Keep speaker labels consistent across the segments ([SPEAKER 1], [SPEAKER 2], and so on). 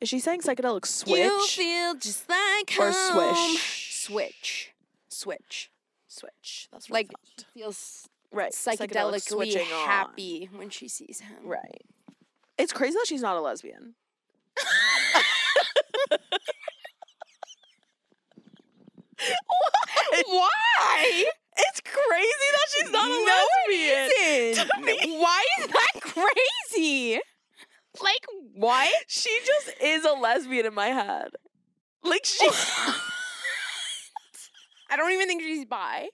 [SPEAKER 1] Is she saying psychedelic
[SPEAKER 2] You
[SPEAKER 1] switch
[SPEAKER 2] feel just like
[SPEAKER 1] or
[SPEAKER 2] home.
[SPEAKER 1] swish?
[SPEAKER 2] Switch.
[SPEAKER 1] switch, switch. That's what I
[SPEAKER 2] Like
[SPEAKER 1] thought.
[SPEAKER 2] she feels
[SPEAKER 1] right psychedelic
[SPEAKER 2] psychedelically
[SPEAKER 1] switching on.
[SPEAKER 2] happy when she sees him.
[SPEAKER 1] Right. It's crazy that she's not a lesbian.
[SPEAKER 2] Why?
[SPEAKER 1] It's crazy that she's not a
[SPEAKER 2] No,
[SPEAKER 1] lesbian.
[SPEAKER 2] Listen,
[SPEAKER 1] To me.
[SPEAKER 2] Why is that crazy? Like what?
[SPEAKER 1] She just is a lesbian in my head. Like she
[SPEAKER 2] I don't even think she's bi.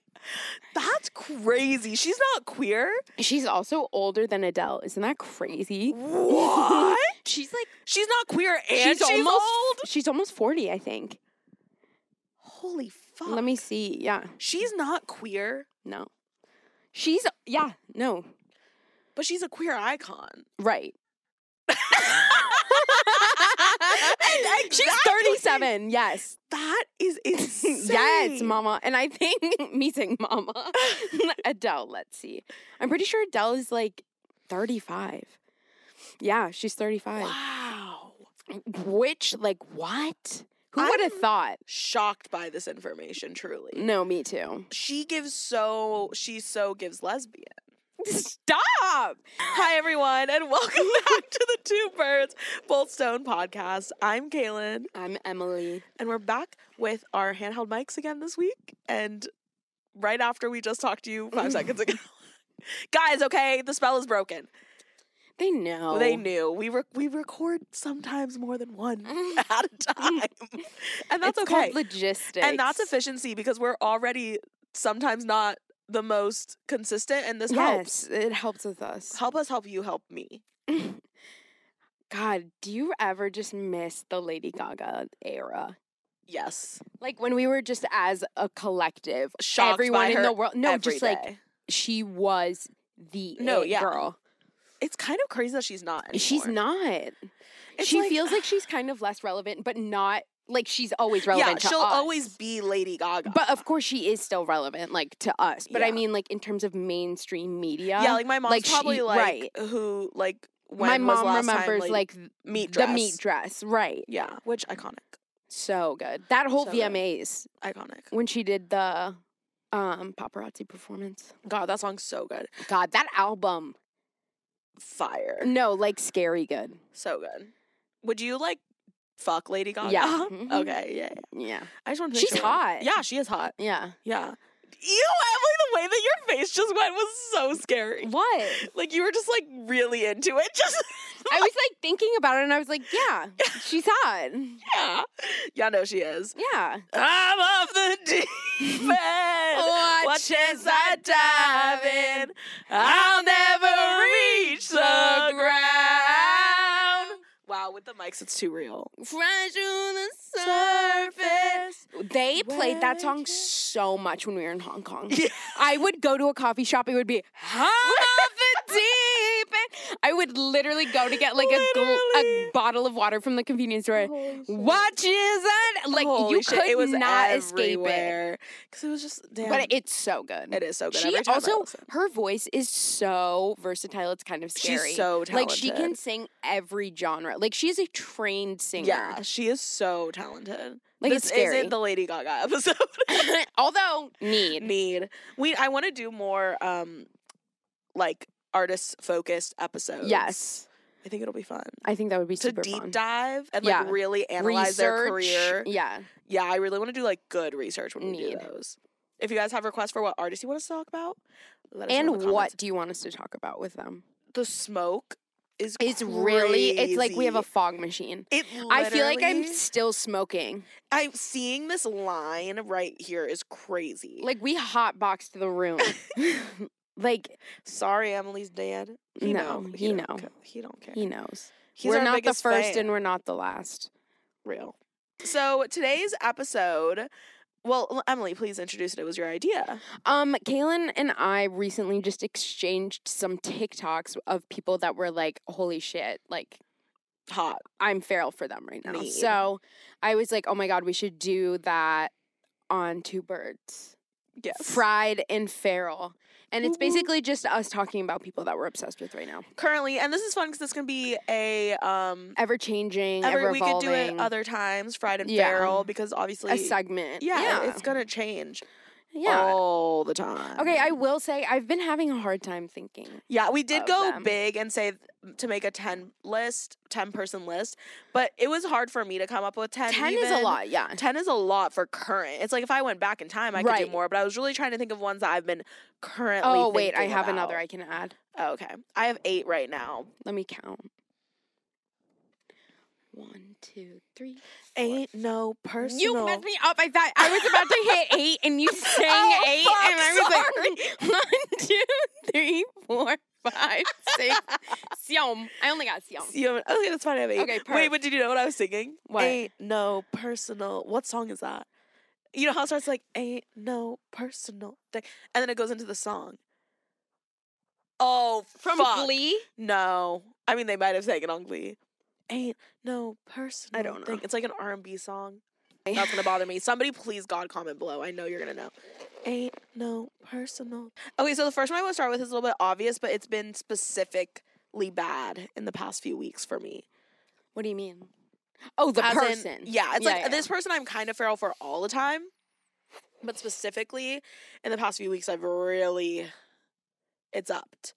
[SPEAKER 1] That's crazy. She's not queer.
[SPEAKER 2] She's also older than Adele. Isn't that crazy?
[SPEAKER 1] What?
[SPEAKER 2] She's like
[SPEAKER 1] she's not queer and she's,
[SPEAKER 2] almost
[SPEAKER 1] old.
[SPEAKER 2] she's almost 40, I think.
[SPEAKER 1] Holy fuck.
[SPEAKER 2] Let me see. Yeah.
[SPEAKER 1] She's not queer,
[SPEAKER 2] No. She's yeah, no.
[SPEAKER 1] but she's a queer icon.
[SPEAKER 2] Right. She's
[SPEAKER 1] Exactly.
[SPEAKER 2] 37. Yes.
[SPEAKER 1] That is insane.
[SPEAKER 2] Yes, mama. And I think meeting mama. Adele, let's see. I'm pretty sure Adele is like 35. Yeah, she's 35.
[SPEAKER 1] Wow.
[SPEAKER 2] Which like what? Who
[SPEAKER 1] I'm-
[SPEAKER 2] would have thought? Mm.
[SPEAKER 1] Shocked by this information, truly.
[SPEAKER 2] No, me too.
[SPEAKER 1] She gives so she so gives lesbian.
[SPEAKER 2] Stop.
[SPEAKER 1] Hi everyone, and welcome back to the Two Birds Both Stone podcast. I'm Kaylin,
[SPEAKER 2] I'm Emily.
[SPEAKER 1] and we're back with our handheld mics again this week. And right after we just talked to you five seconds ago, guys, okay, the spell is broken.
[SPEAKER 2] They know.
[SPEAKER 1] They knew we re- we record sometimes more than one at a time, and that's
[SPEAKER 2] Mm. it's
[SPEAKER 1] okay.
[SPEAKER 2] called logistics.
[SPEAKER 1] and that's efficiency because we're already sometimes not the most consistent, and this helps.
[SPEAKER 2] Yes, it helps with us.
[SPEAKER 1] Help us, help you, help me.
[SPEAKER 2] God, do you ever just miss the Lady Gaga era?
[SPEAKER 1] Yes,
[SPEAKER 2] Like when we were just as a collective,
[SPEAKER 1] Shocked by
[SPEAKER 2] everyone in
[SPEAKER 1] her
[SPEAKER 2] the world. No,
[SPEAKER 1] every
[SPEAKER 2] just like
[SPEAKER 1] day.
[SPEAKER 2] she was the
[SPEAKER 1] No,
[SPEAKER 2] it
[SPEAKER 1] yeah.
[SPEAKER 2] girl.
[SPEAKER 1] It's kind of crazy that she's not. Anymore.
[SPEAKER 2] She's not.
[SPEAKER 1] It's
[SPEAKER 2] she feels like she's kind of less relevant, but not like she's always relevant
[SPEAKER 1] Yeah,
[SPEAKER 2] to
[SPEAKER 1] she'll
[SPEAKER 2] us.
[SPEAKER 1] always be Lady Gaga.
[SPEAKER 2] But of course, she is still relevant, like to us. But I
[SPEAKER 1] Yeah.
[SPEAKER 2] mean, like in terms of mainstream media.
[SPEAKER 1] yeah, like my mom's
[SPEAKER 2] like, she-
[SPEAKER 1] probably like
[SPEAKER 2] right.
[SPEAKER 1] who like when
[SPEAKER 2] my
[SPEAKER 1] was
[SPEAKER 2] mom
[SPEAKER 1] last time,
[SPEAKER 2] remembers like th-
[SPEAKER 1] meat
[SPEAKER 2] the meat dress, right?
[SPEAKER 1] Yeah, which iconic,
[SPEAKER 2] So good. That whole
[SPEAKER 1] So good.
[SPEAKER 2] VMAs
[SPEAKER 1] iconic.
[SPEAKER 2] when she did the um paparazzi performance.
[SPEAKER 1] God, that song's so good.
[SPEAKER 2] God, that album.
[SPEAKER 1] Fire,
[SPEAKER 2] No, like scary good.
[SPEAKER 1] so good. Would you like fuck Lady Gaga?
[SPEAKER 2] Yeah. Mhm.
[SPEAKER 1] okay. Yeah. yeah.
[SPEAKER 2] Yeah.
[SPEAKER 1] I just want to.
[SPEAKER 2] She's
[SPEAKER 1] sure.
[SPEAKER 2] hot.
[SPEAKER 1] Yeah, she is hot.
[SPEAKER 2] Yeah.
[SPEAKER 1] Yeah. You, Emily, the way that your face just went was so scary.
[SPEAKER 2] What?
[SPEAKER 1] Like you were just like really into it. Just
[SPEAKER 2] I was like thinking about it and I was like, yeah, she's hot.
[SPEAKER 1] yeah. Yeah, no, she is.
[SPEAKER 2] Yeah.
[SPEAKER 1] I'm off the deep end.
[SPEAKER 2] Watch
[SPEAKER 1] Watch as I dive in. I'll never reach the ground. Wow, with the mics, it's too real.
[SPEAKER 2] Fresh to the surface. They played that song so much when we were in Hong Kong.
[SPEAKER 1] Yeah.
[SPEAKER 2] I would go to a coffee shop. It would be "Hum of the deep. end." I would literally go to get like a, gl-
[SPEAKER 1] Literally.
[SPEAKER 2] a bottle of water from the convenience store. Watch is that? Like
[SPEAKER 1] Holy
[SPEAKER 2] you
[SPEAKER 1] shit,
[SPEAKER 2] could
[SPEAKER 1] it was
[SPEAKER 2] not escape
[SPEAKER 1] everywhere. Because it was just
[SPEAKER 2] it.
[SPEAKER 1] damn.
[SPEAKER 2] But it's so good.
[SPEAKER 1] it is so good.
[SPEAKER 2] She
[SPEAKER 1] Every time I
[SPEAKER 2] also
[SPEAKER 1] listen.
[SPEAKER 2] her voice is so versatile. It's kind of
[SPEAKER 1] she's
[SPEAKER 2] scary.
[SPEAKER 1] so talented.
[SPEAKER 2] like she can sing every genre. Like she's a trained singer.
[SPEAKER 1] Yeah, she is so talented.
[SPEAKER 2] Like
[SPEAKER 1] this
[SPEAKER 2] it's scary.
[SPEAKER 1] isn't the Lady Gaga episode.
[SPEAKER 2] Although need.
[SPEAKER 1] Need we? I want to do more, um, like artist focused episodes.
[SPEAKER 2] Yes.
[SPEAKER 1] I think it'll be fun
[SPEAKER 2] I think that would be
[SPEAKER 1] to
[SPEAKER 2] super
[SPEAKER 1] deep
[SPEAKER 2] fun.
[SPEAKER 1] dive and
[SPEAKER 2] Yeah.
[SPEAKER 1] like really analyze their career.
[SPEAKER 2] Yeah.
[SPEAKER 1] Yeah, I really want to do like good research when we do
[SPEAKER 2] Need.
[SPEAKER 1] those. If you guys have requests for what artists you want us to talk about, let us know in
[SPEAKER 2] And
[SPEAKER 1] the comments.
[SPEAKER 2] what do you want us to talk about with them?
[SPEAKER 1] the smoke is.
[SPEAKER 2] It's really it's like we have a
[SPEAKER 1] crazy.
[SPEAKER 2] fog machine.
[SPEAKER 1] It
[SPEAKER 2] I feel like I'm
[SPEAKER 1] literally-
[SPEAKER 2] still smoking.
[SPEAKER 1] I'm seeing this line right here is crazy.
[SPEAKER 2] Like we hotboxed the room. like
[SPEAKER 1] sorry, Emily's dad. He
[SPEAKER 2] No,
[SPEAKER 1] know.
[SPEAKER 2] he
[SPEAKER 1] don't
[SPEAKER 2] know.
[SPEAKER 1] ca- He don't care.
[SPEAKER 2] he knows.
[SPEAKER 1] He's
[SPEAKER 2] we're
[SPEAKER 1] our
[SPEAKER 2] not the
[SPEAKER 1] biggest
[SPEAKER 2] first
[SPEAKER 1] fan.
[SPEAKER 2] and we're not the last.
[SPEAKER 1] real. So today's episode, well, l- Emily, please introduce it. It was your idea.
[SPEAKER 2] Um, Kaylin and I recently just exchanged some TikToks of people that were like, holy shit, like
[SPEAKER 1] Hot.
[SPEAKER 2] I'm feral for them right now.
[SPEAKER 1] Need.
[SPEAKER 2] So I was like, oh my God, we should do that on two birds.
[SPEAKER 1] Yes. Mm-hmm.
[SPEAKER 2] Fried and feral. And it's
[SPEAKER 1] Woo-woo.
[SPEAKER 2] basically just us talking about people that we're obsessed with right now.
[SPEAKER 1] currently, and this is fun because it's gonna be a um.
[SPEAKER 2] Ever changing, ever
[SPEAKER 1] Every we could
[SPEAKER 2] evolving.
[SPEAKER 1] do it other times, fried and
[SPEAKER 2] Yeah. um,
[SPEAKER 1] feral, because obviously,
[SPEAKER 2] a segment.
[SPEAKER 1] yeah,
[SPEAKER 2] yeah.
[SPEAKER 1] it's gonna change
[SPEAKER 2] yeah.
[SPEAKER 1] all the time.
[SPEAKER 2] Okay, I will say I've been having a hard time thinking.
[SPEAKER 1] Yeah, we did
[SPEAKER 2] of
[SPEAKER 1] go
[SPEAKER 2] them.
[SPEAKER 1] big and say th- to make a 10 list, 10 person list, but it was hard for me to come up with 10.
[SPEAKER 2] 10 is a
[SPEAKER 1] even.
[SPEAKER 2] lot, yeah.
[SPEAKER 1] 10 is a lot for current. It's like if I went back in time, I could
[SPEAKER 2] Right.
[SPEAKER 1] do more, but I was really trying to think of ones that I've been currently.
[SPEAKER 2] Oh, wait, I
[SPEAKER 1] thinking
[SPEAKER 2] have another
[SPEAKER 1] about.
[SPEAKER 2] I can add.
[SPEAKER 1] Oh, okay. I have eight right now.
[SPEAKER 2] Let me count. One, two, three. four,
[SPEAKER 1] Ain't
[SPEAKER 2] five.
[SPEAKER 1] no personal.
[SPEAKER 2] You messed me up. I thought I was about to hit eight and you sang
[SPEAKER 1] Oh,
[SPEAKER 2] eight,
[SPEAKER 1] fuck,
[SPEAKER 2] and I was like, one, two, three, four, five, six. Siom. I only got Siom.
[SPEAKER 1] You haven't- okay, that's fine. I have eight.
[SPEAKER 2] Okay,
[SPEAKER 1] Wait,
[SPEAKER 2] perf.
[SPEAKER 1] but did you know what I was singing?
[SPEAKER 2] What?
[SPEAKER 1] Ain't no personal. What song is that? You know how it starts like ain't no personal thing, and then it goes into the song. Oh,
[SPEAKER 2] From
[SPEAKER 1] fuck.
[SPEAKER 2] Glee?
[SPEAKER 1] No, I mean they might have sang it on Glee. Ain't no personal.
[SPEAKER 2] don't know.
[SPEAKER 1] Thing. It's like an R and B song. That's gonna bother me. Somebody, please, God, comment below. I know you're gonna know. Ain't no personal. Okay, so the first one I want to start with is a little bit obvious, but it's been specifically bad in the past few weeks for me.
[SPEAKER 2] What do you mean? Oh, the
[SPEAKER 1] As in-
[SPEAKER 2] person.
[SPEAKER 1] yeah, it's like
[SPEAKER 2] yeah.
[SPEAKER 1] this person I'm kind of feral for all the time, but specifically in the past few weeks, I've really it's upped,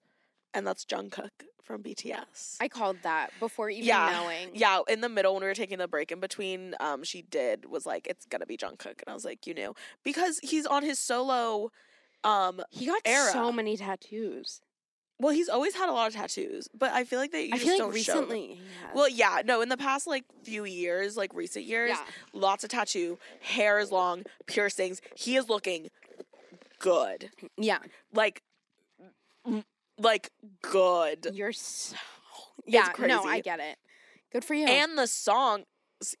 [SPEAKER 1] and that's Jungkook from BTS.
[SPEAKER 2] I called that before even
[SPEAKER 1] Yeah.
[SPEAKER 2] knowing.
[SPEAKER 1] yeah, in the middle when we were taking the break in between, um, she did was like, "It's gonna be Jungkook," and I was like, "You knew," because he's on his solo. Um,
[SPEAKER 2] He got
[SPEAKER 1] Era.
[SPEAKER 2] so many tattoos.
[SPEAKER 1] well, he's always had a lot of tattoos, but I feel like they. You
[SPEAKER 2] I
[SPEAKER 1] just
[SPEAKER 2] feel like
[SPEAKER 1] don't show them.
[SPEAKER 2] recently. he has.
[SPEAKER 1] Well, yeah, no, in the past like few years, like recent years,
[SPEAKER 2] yeah.
[SPEAKER 1] lots of tattoo, hair is long, piercings. He is looking good.
[SPEAKER 2] Yeah.
[SPEAKER 1] Like m- like good.
[SPEAKER 2] You're so. Yeah. No, I
[SPEAKER 1] crazy.
[SPEAKER 2] get it. Good for you.
[SPEAKER 1] And the songs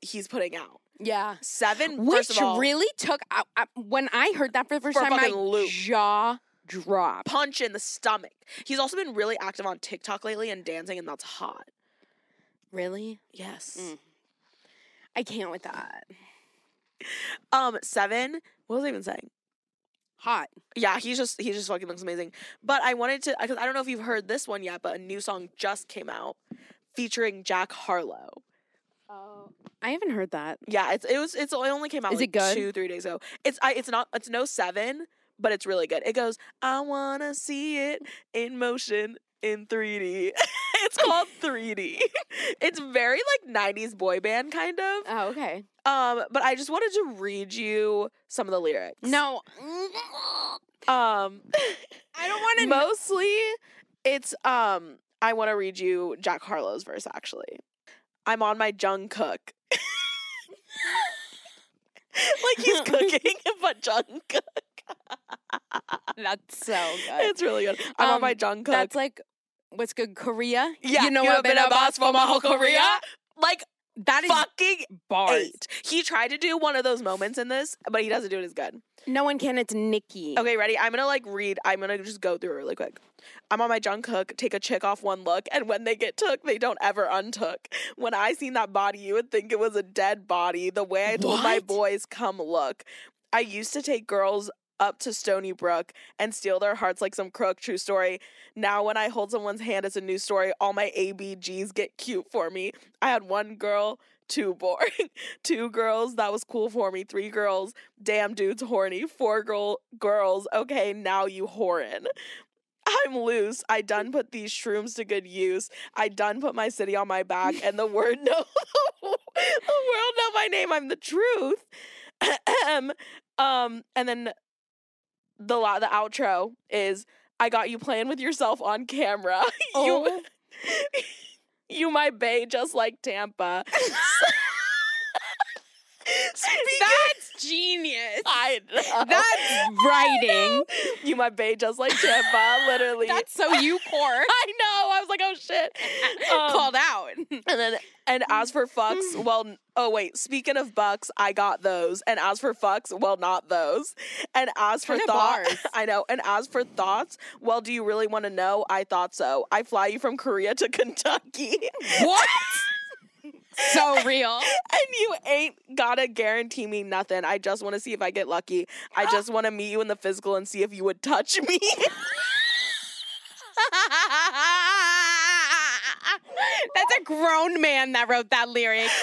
[SPEAKER 1] he's putting out.
[SPEAKER 2] yeah.
[SPEAKER 1] Seven first
[SPEAKER 2] Which
[SPEAKER 1] of all,
[SPEAKER 2] really took. I, I, when I heard that for the first
[SPEAKER 1] For
[SPEAKER 2] time, my
[SPEAKER 1] fucking loop.
[SPEAKER 2] jaw dropped.
[SPEAKER 1] punch in the stomach. He's also been really active on TikTok lately and dancing and that's hot.
[SPEAKER 2] Really?
[SPEAKER 1] Yes.
[SPEAKER 2] Mm. I can't with that.
[SPEAKER 1] Um seven, what was I even saying?
[SPEAKER 2] Hot.
[SPEAKER 1] Yeah, he's just he just fucking looks amazing. But I wanted to because I don't know if you've heard this one yet, but a new song just came out featuring Jack Harlow.
[SPEAKER 2] Oh. I haven't heard that.
[SPEAKER 1] Yeah, it's it was it's it only came out
[SPEAKER 2] Is
[SPEAKER 1] like
[SPEAKER 2] it good?
[SPEAKER 1] two three days ago. It's I it's not it's no seven, but it's really good. It goes I wanna see it in motion in 3D. it's called 3D. it's very like 90s boy band kind of.
[SPEAKER 2] Oh, okay.
[SPEAKER 1] Um, but I just wanted to read you some of the lyrics.
[SPEAKER 2] No.
[SPEAKER 1] um,
[SPEAKER 2] I don't want to.
[SPEAKER 1] mostly it's um I want to read you Jack Harlow's verse actually. I'm on my Jungkook. like he's cooking, but Jungkook.
[SPEAKER 2] That's so good.
[SPEAKER 1] It's really good. I'm on
[SPEAKER 2] Um,
[SPEAKER 1] my Jungkook.
[SPEAKER 2] That's like, what's good, Korea?
[SPEAKER 1] yeah,
[SPEAKER 2] you know
[SPEAKER 1] have
[SPEAKER 2] I've been a boss for my whole career.
[SPEAKER 1] Like
[SPEAKER 2] That is
[SPEAKER 1] fucking
[SPEAKER 2] bars.
[SPEAKER 1] eight. He tried to do one of those moments in this, but he doesn't do it as good.
[SPEAKER 2] No one can. It's Nikki.
[SPEAKER 1] Okay, ready? I'm gonna like read. I'm gonna just go through it really quick. I'm on my junk hook. Take a chick off one look, and when they get took, they don't ever untook. When I seen that body, you would think it was a dead body. The way I told my
[SPEAKER 2] What?
[SPEAKER 1] boys, come look. I used to take girls up to Stony Brook and steal their hearts like some crook. True story. Now when I hold someone's hand, it's a new story. All my ABGs get cute for me. I had one girl. Too boring. Two girls, that was cool for me. Three girls, damn dude's horny. Four girl girls, okay, now you whoring. I'm loose. I done put these shrooms to good use. I done put my city on my back, and the word know the world know my name. I'm the truth. Ahem. um, and then the la- the outro is I got you playing with yourself on camera. you
[SPEAKER 2] Oh.
[SPEAKER 1] you my bae just like Tampa. Speaking-
[SPEAKER 2] That's genius.
[SPEAKER 1] I know.
[SPEAKER 2] That's writing.
[SPEAKER 1] you my bae just like Tampa, literally.
[SPEAKER 2] That's so you poor.
[SPEAKER 1] I know. I was like, oh shit. Um,
[SPEAKER 2] Called out.
[SPEAKER 1] And then, and as for fucks, well, n- oh wait. Speaking of bucks, I got those. And as for fucks, well, not those. And as for
[SPEAKER 2] Kinda
[SPEAKER 1] thoughts,
[SPEAKER 2] bars.
[SPEAKER 1] I know. And as for thoughts, well, do you really want to know? I thought so. I fly you from Korea to Kentucky.
[SPEAKER 2] What? so real.
[SPEAKER 1] And you ain't gotta guarantee me nothing. I just wanna see if I get lucky. I just wanna meet you in the physical and see if you would touch me.
[SPEAKER 2] That's a grown man that wrote that lyric.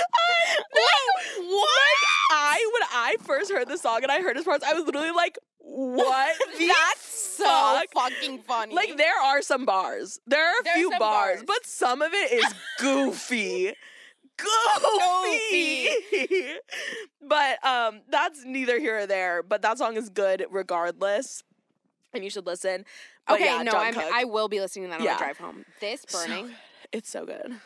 [SPEAKER 1] Like, what? I when I first heard the song and I heard his parts, I was literally like, what? the
[SPEAKER 2] That's so
[SPEAKER 1] fuck?
[SPEAKER 2] fucking funny.
[SPEAKER 1] Like there are some bars. There are a
[SPEAKER 2] There's
[SPEAKER 1] few
[SPEAKER 2] some
[SPEAKER 1] bars,
[SPEAKER 2] bars.
[SPEAKER 1] but some of it is goofy. goofy. but um that's neither here or there, but that song is good regardless. And you should listen. But
[SPEAKER 2] okay,
[SPEAKER 1] yeah,
[SPEAKER 2] no,
[SPEAKER 1] John
[SPEAKER 2] I'm,
[SPEAKER 1] Cook.
[SPEAKER 2] I will be listening to that on
[SPEAKER 1] Yeah.
[SPEAKER 2] my drive home. This
[SPEAKER 1] So
[SPEAKER 2] burning.
[SPEAKER 1] it's so good.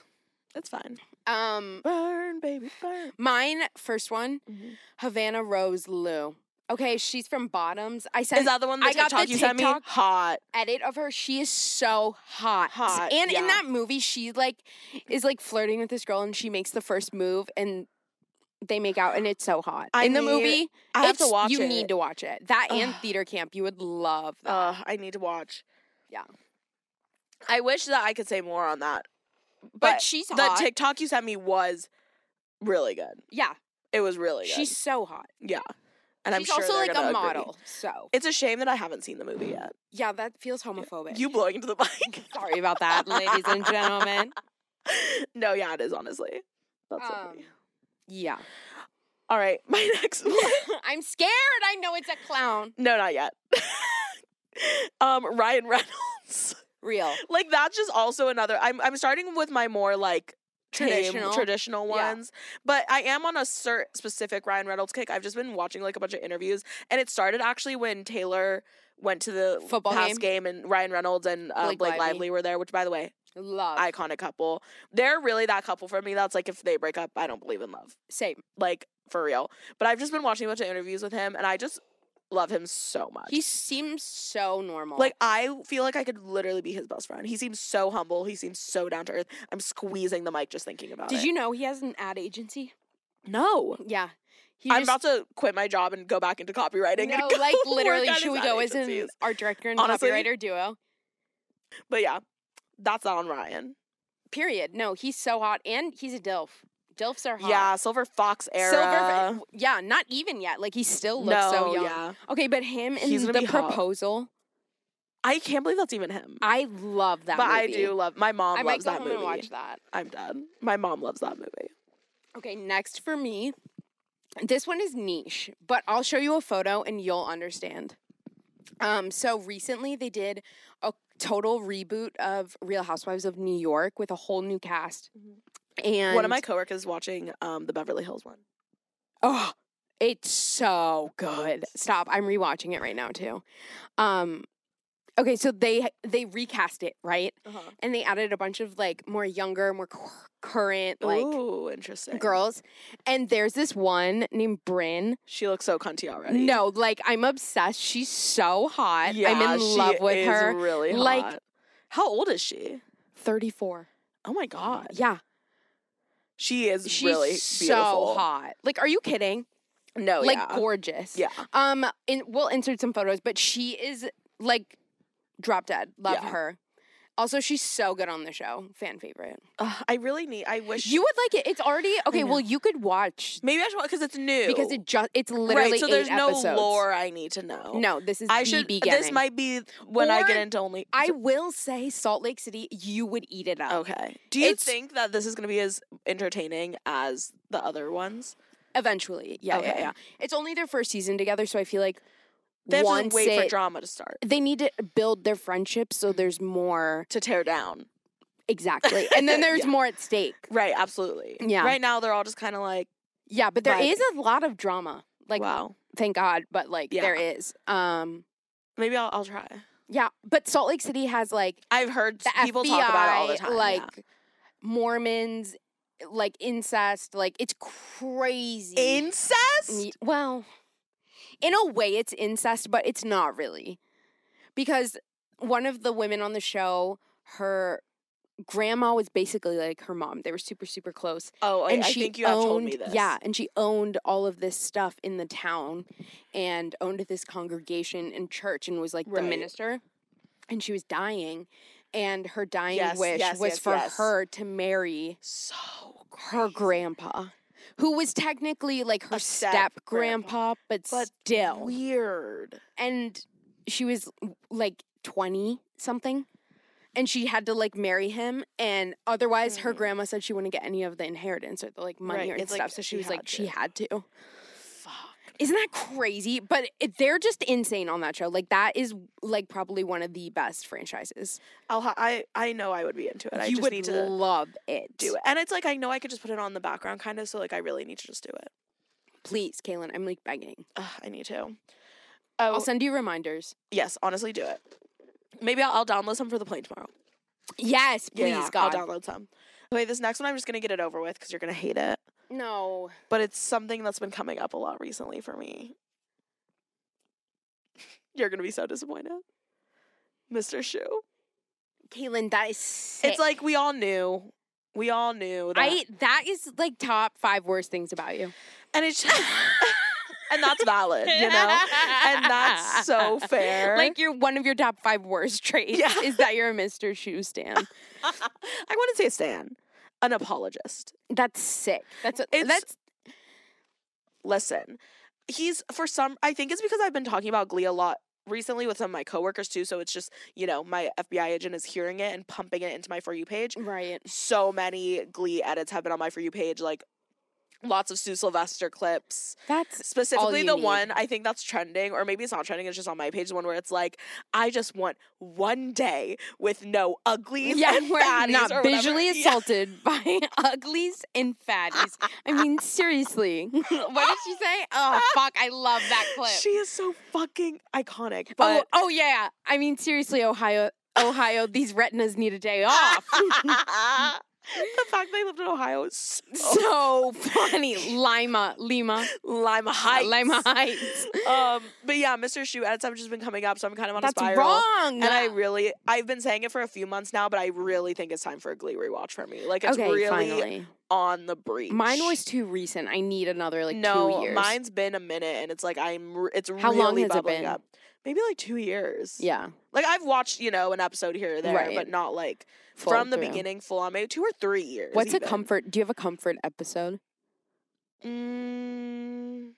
[SPEAKER 1] It's fine.
[SPEAKER 2] um,
[SPEAKER 1] Burn, baby, burn.
[SPEAKER 2] mine first one,
[SPEAKER 1] Mhm.
[SPEAKER 2] Havana Rose Lou. Okay, she's from Bottoms. I sent
[SPEAKER 1] is that the one the
[SPEAKER 2] I got
[SPEAKER 1] TikTok
[SPEAKER 2] the
[SPEAKER 1] you sent me?
[SPEAKER 2] TikTok.
[SPEAKER 1] Hot.
[SPEAKER 2] edit of her. She is so hot.
[SPEAKER 1] Hot,
[SPEAKER 2] And
[SPEAKER 1] yeah.
[SPEAKER 2] in that movie, she like is like flirting with this girl, and she makes the first move, and they make out, and it's so hot.
[SPEAKER 1] I
[SPEAKER 2] in the
[SPEAKER 1] mean,
[SPEAKER 2] movie,
[SPEAKER 1] I have to
[SPEAKER 2] it's-
[SPEAKER 1] watch
[SPEAKER 2] You
[SPEAKER 1] it.
[SPEAKER 2] need to watch it. That and
[SPEAKER 1] Ugh.
[SPEAKER 2] theater camp. You would love that.
[SPEAKER 1] Uh, I need to watch.
[SPEAKER 2] Yeah.
[SPEAKER 1] I wish that I could say more on that.
[SPEAKER 2] but,
[SPEAKER 1] But,
[SPEAKER 2] she's
[SPEAKER 1] the
[SPEAKER 2] hot.
[SPEAKER 1] TikTok you sent me was really good.
[SPEAKER 2] yeah,
[SPEAKER 1] It was really good.
[SPEAKER 2] she's so hot.
[SPEAKER 1] yeah. And I'm
[SPEAKER 2] she's
[SPEAKER 1] sure
[SPEAKER 2] also
[SPEAKER 1] they're
[SPEAKER 2] like
[SPEAKER 1] gonna
[SPEAKER 2] a
[SPEAKER 1] agree.
[SPEAKER 2] model. So
[SPEAKER 1] It's a shame that I haven't seen the movie yet.
[SPEAKER 2] yeah, that feels homophobic.
[SPEAKER 1] You blowing into the mic.
[SPEAKER 2] sorry about that, ladies and gentlemen.
[SPEAKER 1] no, yeah, it is honestly. That's so funny.
[SPEAKER 2] Um, Yeah,
[SPEAKER 1] All right, my next one.
[SPEAKER 2] I'm scared. I know it's a clown.
[SPEAKER 1] No, not yet. um, Ryan Reynolds.
[SPEAKER 2] Real.
[SPEAKER 1] like that's just also another I'm I'm starting with my more like tame,
[SPEAKER 2] Traditional?
[SPEAKER 1] traditional
[SPEAKER 2] Yeah.
[SPEAKER 1] ones. But I am on a cert specific Ryan Reynolds kick. I've just been watching like a bunch of interviews and it started actually when Taylor went to the
[SPEAKER 2] Football
[SPEAKER 1] past game. and Ryan Reynolds and uh, Blake,
[SPEAKER 2] Blake
[SPEAKER 1] Lively.
[SPEAKER 2] Lively.
[SPEAKER 1] were there, which by the way,
[SPEAKER 2] Love.
[SPEAKER 1] iconic couple. They're really that couple for me. That's like if they break up, I don't believe in love.
[SPEAKER 2] Same.
[SPEAKER 1] Like for real. But I've just been watching a bunch of interviews with him and I just love him so much.
[SPEAKER 2] He seems so normal.
[SPEAKER 1] Like I feel like I could literally be his best friend. He seems so humble. He seems so down to earth. I'm squeezing the mic just thinking about it.
[SPEAKER 2] did you know he has an ad agency?
[SPEAKER 1] No.
[SPEAKER 2] Yeah. He
[SPEAKER 1] I'm
[SPEAKER 2] just-
[SPEAKER 1] about to quit my job and go back into copywriting. and
[SPEAKER 2] No,
[SPEAKER 1] go
[SPEAKER 2] like
[SPEAKER 1] work
[SPEAKER 2] literally,
[SPEAKER 1] on
[SPEAKER 2] should
[SPEAKER 1] his
[SPEAKER 2] we
[SPEAKER 1] ad
[SPEAKER 2] go as an
[SPEAKER 1] agencies.
[SPEAKER 2] art director and
[SPEAKER 1] Honestly.
[SPEAKER 2] copywriter duo?
[SPEAKER 1] But yeah, that's on Ryan.
[SPEAKER 2] Period. No, he's so hot, and he's a dilf. Dilfs are hot.
[SPEAKER 1] Yeah, Silver Fox era.
[SPEAKER 2] Silver. Yeah, not even yet. Like he still looks
[SPEAKER 1] no,
[SPEAKER 2] so young.
[SPEAKER 1] yeah.
[SPEAKER 2] Okay, but him in
[SPEAKER 1] He's gonna
[SPEAKER 2] the
[SPEAKER 1] be hot.
[SPEAKER 2] proposal,
[SPEAKER 1] I can't believe that's even him.
[SPEAKER 2] I love that.
[SPEAKER 1] but I
[SPEAKER 2] movie.
[SPEAKER 1] do love. My mom
[SPEAKER 2] I might
[SPEAKER 1] loves
[SPEAKER 2] go
[SPEAKER 1] that
[SPEAKER 2] home
[SPEAKER 1] movie.
[SPEAKER 2] and watch that.
[SPEAKER 1] I'm done. My mom loves that movie.
[SPEAKER 2] Okay, next for me, this one is niche, but I'll show you a photo and you'll understand. Um, so recently they did a total reboot of Real Housewives of New York with a whole new cast,
[SPEAKER 1] Mhm.
[SPEAKER 2] and
[SPEAKER 1] One of my coworkers is watching um, the Beverly Hills one.
[SPEAKER 2] oh, it's so good. Stop! I'm rewatching it right now too. Um, okay, so they they recast it right,
[SPEAKER 1] Uh-huh.
[SPEAKER 2] and they added a bunch of like more younger, more cu- current like
[SPEAKER 1] Ooh, interesting.
[SPEAKER 2] girls, and there's this one named Bryn.
[SPEAKER 1] she looks so cunty already.
[SPEAKER 2] No, like I'm obsessed. She's so hot. I'm
[SPEAKER 1] Yeah,
[SPEAKER 2] in love
[SPEAKER 1] she
[SPEAKER 2] with
[SPEAKER 1] is
[SPEAKER 2] her.
[SPEAKER 1] Really hot.
[SPEAKER 2] Like-
[SPEAKER 1] how old is she?
[SPEAKER 2] 34.
[SPEAKER 1] Oh my god,
[SPEAKER 2] Yeah,
[SPEAKER 1] she is
[SPEAKER 2] she's
[SPEAKER 1] really
[SPEAKER 2] so
[SPEAKER 1] beautiful.
[SPEAKER 2] hot. Like, are you kidding?
[SPEAKER 1] No,
[SPEAKER 2] like,
[SPEAKER 1] yeah,
[SPEAKER 2] gorgeous.
[SPEAKER 1] yeah,
[SPEAKER 2] Um, in, we'll insert some photos, but she is like drop dead. Love
[SPEAKER 1] Yeah.
[SPEAKER 2] her. Also, she's so good on the show. Fan favorite.
[SPEAKER 1] Ugh, I really need. I wish
[SPEAKER 2] You would like it. It's already okay.
[SPEAKER 1] know.
[SPEAKER 2] Well, you could watch
[SPEAKER 1] Maybe I should because it's new.
[SPEAKER 2] because it just it's literally
[SPEAKER 1] right. So there's
[SPEAKER 2] eight
[SPEAKER 1] no
[SPEAKER 2] episodes.
[SPEAKER 1] lore I need to know.
[SPEAKER 2] No, this is
[SPEAKER 1] I
[SPEAKER 2] the
[SPEAKER 1] should.
[SPEAKER 2] beginning.
[SPEAKER 1] This might be when I get
[SPEAKER 2] Or
[SPEAKER 1] into only.
[SPEAKER 2] I will say Salt Lake City. You would eat it up.
[SPEAKER 1] okay. Do you
[SPEAKER 2] it's-
[SPEAKER 1] think that this is going to be as entertaining as the other ones?
[SPEAKER 2] Eventually, yeah, yeah,
[SPEAKER 1] Okay.
[SPEAKER 2] yeah. It's only their first season together, so I feel like
[SPEAKER 1] They have
[SPEAKER 2] once
[SPEAKER 1] to wait for
[SPEAKER 2] it-
[SPEAKER 1] drama to start
[SPEAKER 2] they need to build their friendship, so there's more
[SPEAKER 1] to tear down.
[SPEAKER 2] exactly, and then there's
[SPEAKER 1] Yeah.
[SPEAKER 2] more at stake.
[SPEAKER 1] Right. Absolutely.
[SPEAKER 2] Yeah.
[SPEAKER 1] Right now they're all just kind of like,
[SPEAKER 2] Yeah, but there
[SPEAKER 1] Right.
[SPEAKER 2] is a lot of drama. Like,
[SPEAKER 1] wow.
[SPEAKER 2] thank God, but like
[SPEAKER 1] Yeah.
[SPEAKER 2] there is. Um,
[SPEAKER 1] Maybe I'll, I'll try.
[SPEAKER 2] yeah, but Salt Lake City has like
[SPEAKER 1] I've heard
[SPEAKER 2] the
[SPEAKER 1] s- people talk about it all the
[SPEAKER 2] FBI,
[SPEAKER 1] time.
[SPEAKER 2] like
[SPEAKER 1] yeah.
[SPEAKER 2] Mormons, like incest, like it's crazy.
[SPEAKER 1] incest.
[SPEAKER 2] Ye- Well, in a way, it's incest, but it's not really. Because one of the women on the show, her grandma was basically like her mom. They were super, super close.
[SPEAKER 1] Oh, I,
[SPEAKER 2] and
[SPEAKER 1] I
[SPEAKER 2] she
[SPEAKER 1] think you have
[SPEAKER 2] owned,
[SPEAKER 1] told me this.
[SPEAKER 2] Yeah, and she owned all of this stuff in the town and owned this congregation and church and was like
[SPEAKER 1] Right.
[SPEAKER 2] the minister. And she was dying. And her dying
[SPEAKER 1] Yes,
[SPEAKER 2] wish
[SPEAKER 1] yes,
[SPEAKER 2] was
[SPEAKER 1] yes,
[SPEAKER 2] for
[SPEAKER 1] yes.
[SPEAKER 2] her to marry
[SPEAKER 1] So
[SPEAKER 2] her grandpa, who was technically like her
[SPEAKER 1] A
[SPEAKER 2] step
[SPEAKER 1] step-grandpa.
[SPEAKER 2] grandpa, but,
[SPEAKER 1] But
[SPEAKER 2] still.
[SPEAKER 1] Weird.
[SPEAKER 2] and she was like 20 something. And she had to like marry him, and otherwise her
[SPEAKER 1] Mhm.
[SPEAKER 2] grandma said she wouldn't get any of the inheritance or the like
[SPEAKER 1] Right,
[SPEAKER 2] money or
[SPEAKER 1] it's
[SPEAKER 2] stuff.
[SPEAKER 1] like,
[SPEAKER 2] so she,
[SPEAKER 1] she
[SPEAKER 2] was like,
[SPEAKER 1] had
[SPEAKER 2] she
[SPEAKER 1] to.
[SPEAKER 2] had to.
[SPEAKER 1] Fuck.
[SPEAKER 2] Isn't that crazy? But it, they're just insane on that show. Like that is like probably one of the best franchises.
[SPEAKER 1] I'll ha- I I know I would be into it. I
[SPEAKER 2] you
[SPEAKER 1] just
[SPEAKER 2] would
[SPEAKER 1] need to
[SPEAKER 2] love it.
[SPEAKER 1] do it. And it's like I know I could just put it on the background kind of so like I really need to just do it.
[SPEAKER 2] Please, Kaylin, I'm like begging.
[SPEAKER 1] Ugh, I need to. Oh,
[SPEAKER 2] I'll send you reminders.
[SPEAKER 1] yes, honestly do it. Maybe I'll, I'll download some for the plane tomorrow.
[SPEAKER 2] Yes, please, God.
[SPEAKER 1] I'll download some. Okay, this next one I'm just gonna get it over with because you're gonna hate it.
[SPEAKER 2] No.
[SPEAKER 1] But it's something that's been coming up a lot recently for me. you're gonna be so disappointed. Mr. Shoe.
[SPEAKER 2] Kaylin, that is sick.
[SPEAKER 1] It's like we all knew. We all knew that
[SPEAKER 2] I that is like top five worst things about you.
[SPEAKER 1] and it's and that's
[SPEAKER 2] Uh,
[SPEAKER 1] valid, you know? And that's so fair.
[SPEAKER 2] Like you're one of your top five worst traits
[SPEAKER 1] Yeah.
[SPEAKER 2] is that you're a Mr. Shoe Stan.
[SPEAKER 1] I wouldn't say a stan, an apologist.
[SPEAKER 2] That's sick. That's a,
[SPEAKER 1] It's-
[SPEAKER 2] that's
[SPEAKER 1] Listen, he's for some. I think it's because I've been talking about Glee a lot recently with some of my coworkers too. So it's just you know my FBI agent is hearing it and pumping it into my for you page.
[SPEAKER 2] right.
[SPEAKER 1] So many Glee edits have been on my for you page, like lots of Sue Sylvester clips.
[SPEAKER 2] That's
[SPEAKER 1] Specifically,
[SPEAKER 2] you
[SPEAKER 1] the
[SPEAKER 2] need.
[SPEAKER 1] one I think that's trending, or maybe it's not trending. It's just on my page. The one where it's like, I just want one day with no uglies
[SPEAKER 2] yeah,
[SPEAKER 1] and
[SPEAKER 2] we're
[SPEAKER 1] fatties
[SPEAKER 2] not
[SPEAKER 1] or whatever."
[SPEAKER 2] visually
[SPEAKER 1] Yeah.
[SPEAKER 2] assaulted by uglies and fatties. I mean, seriously. what did she say? Oh fuck, I love that clip.
[SPEAKER 1] She is so fucking iconic.
[SPEAKER 2] oh,
[SPEAKER 1] But
[SPEAKER 2] oh yeah. I mean, seriously, Ohio, Ohio, these retinas need a day
[SPEAKER 1] Oh.
[SPEAKER 2] off.
[SPEAKER 1] the fact they lived in Ohio is so
[SPEAKER 2] so funny, Lima, Lima, uh,
[SPEAKER 1] Lima Heights.
[SPEAKER 2] Lima Heights.
[SPEAKER 1] Um, but yeah, Mr. Shoe edits have just been coming up, so I'm kind of on
[SPEAKER 2] That's
[SPEAKER 1] a spiral.
[SPEAKER 2] wrong. Ah,
[SPEAKER 1] And I really, I've been saying it for a few months now, but I really think it's time for a Glee rewatch for me. Like it's
[SPEAKER 2] okay,
[SPEAKER 1] really
[SPEAKER 2] finally,
[SPEAKER 1] on the breach.
[SPEAKER 2] mine was too recent. I need another like
[SPEAKER 1] no,
[SPEAKER 2] two years.
[SPEAKER 1] mine's been a minute, and it's like I'm. r- It's
[SPEAKER 2] How long
[SPEAKER 1] really
[SPEAKER 2] has it
[SPEAKER 1] bubbling
[SPEAKER 2] been?
[SPEAKER 1] up. Maybe like two years.
[SPEAKER 2] yeah,
[SPEAKER 1] Like I've watched, you know, an episode here or there,
[SPEAKER 2] Right.
[SPEAKER 1] but not like
[SPEAKER 2] full
[SPEAKER 1] from the
[SPEAKER 2] through.
[SPEAKER 1] beginning full on. Maybe two or three years.
[SPEAKER 2] What's a
[SPEAKER 1] even.
[SPEAKER 2] comfort? Do you have a comfort episode?
[SPEAKER 1] Mm,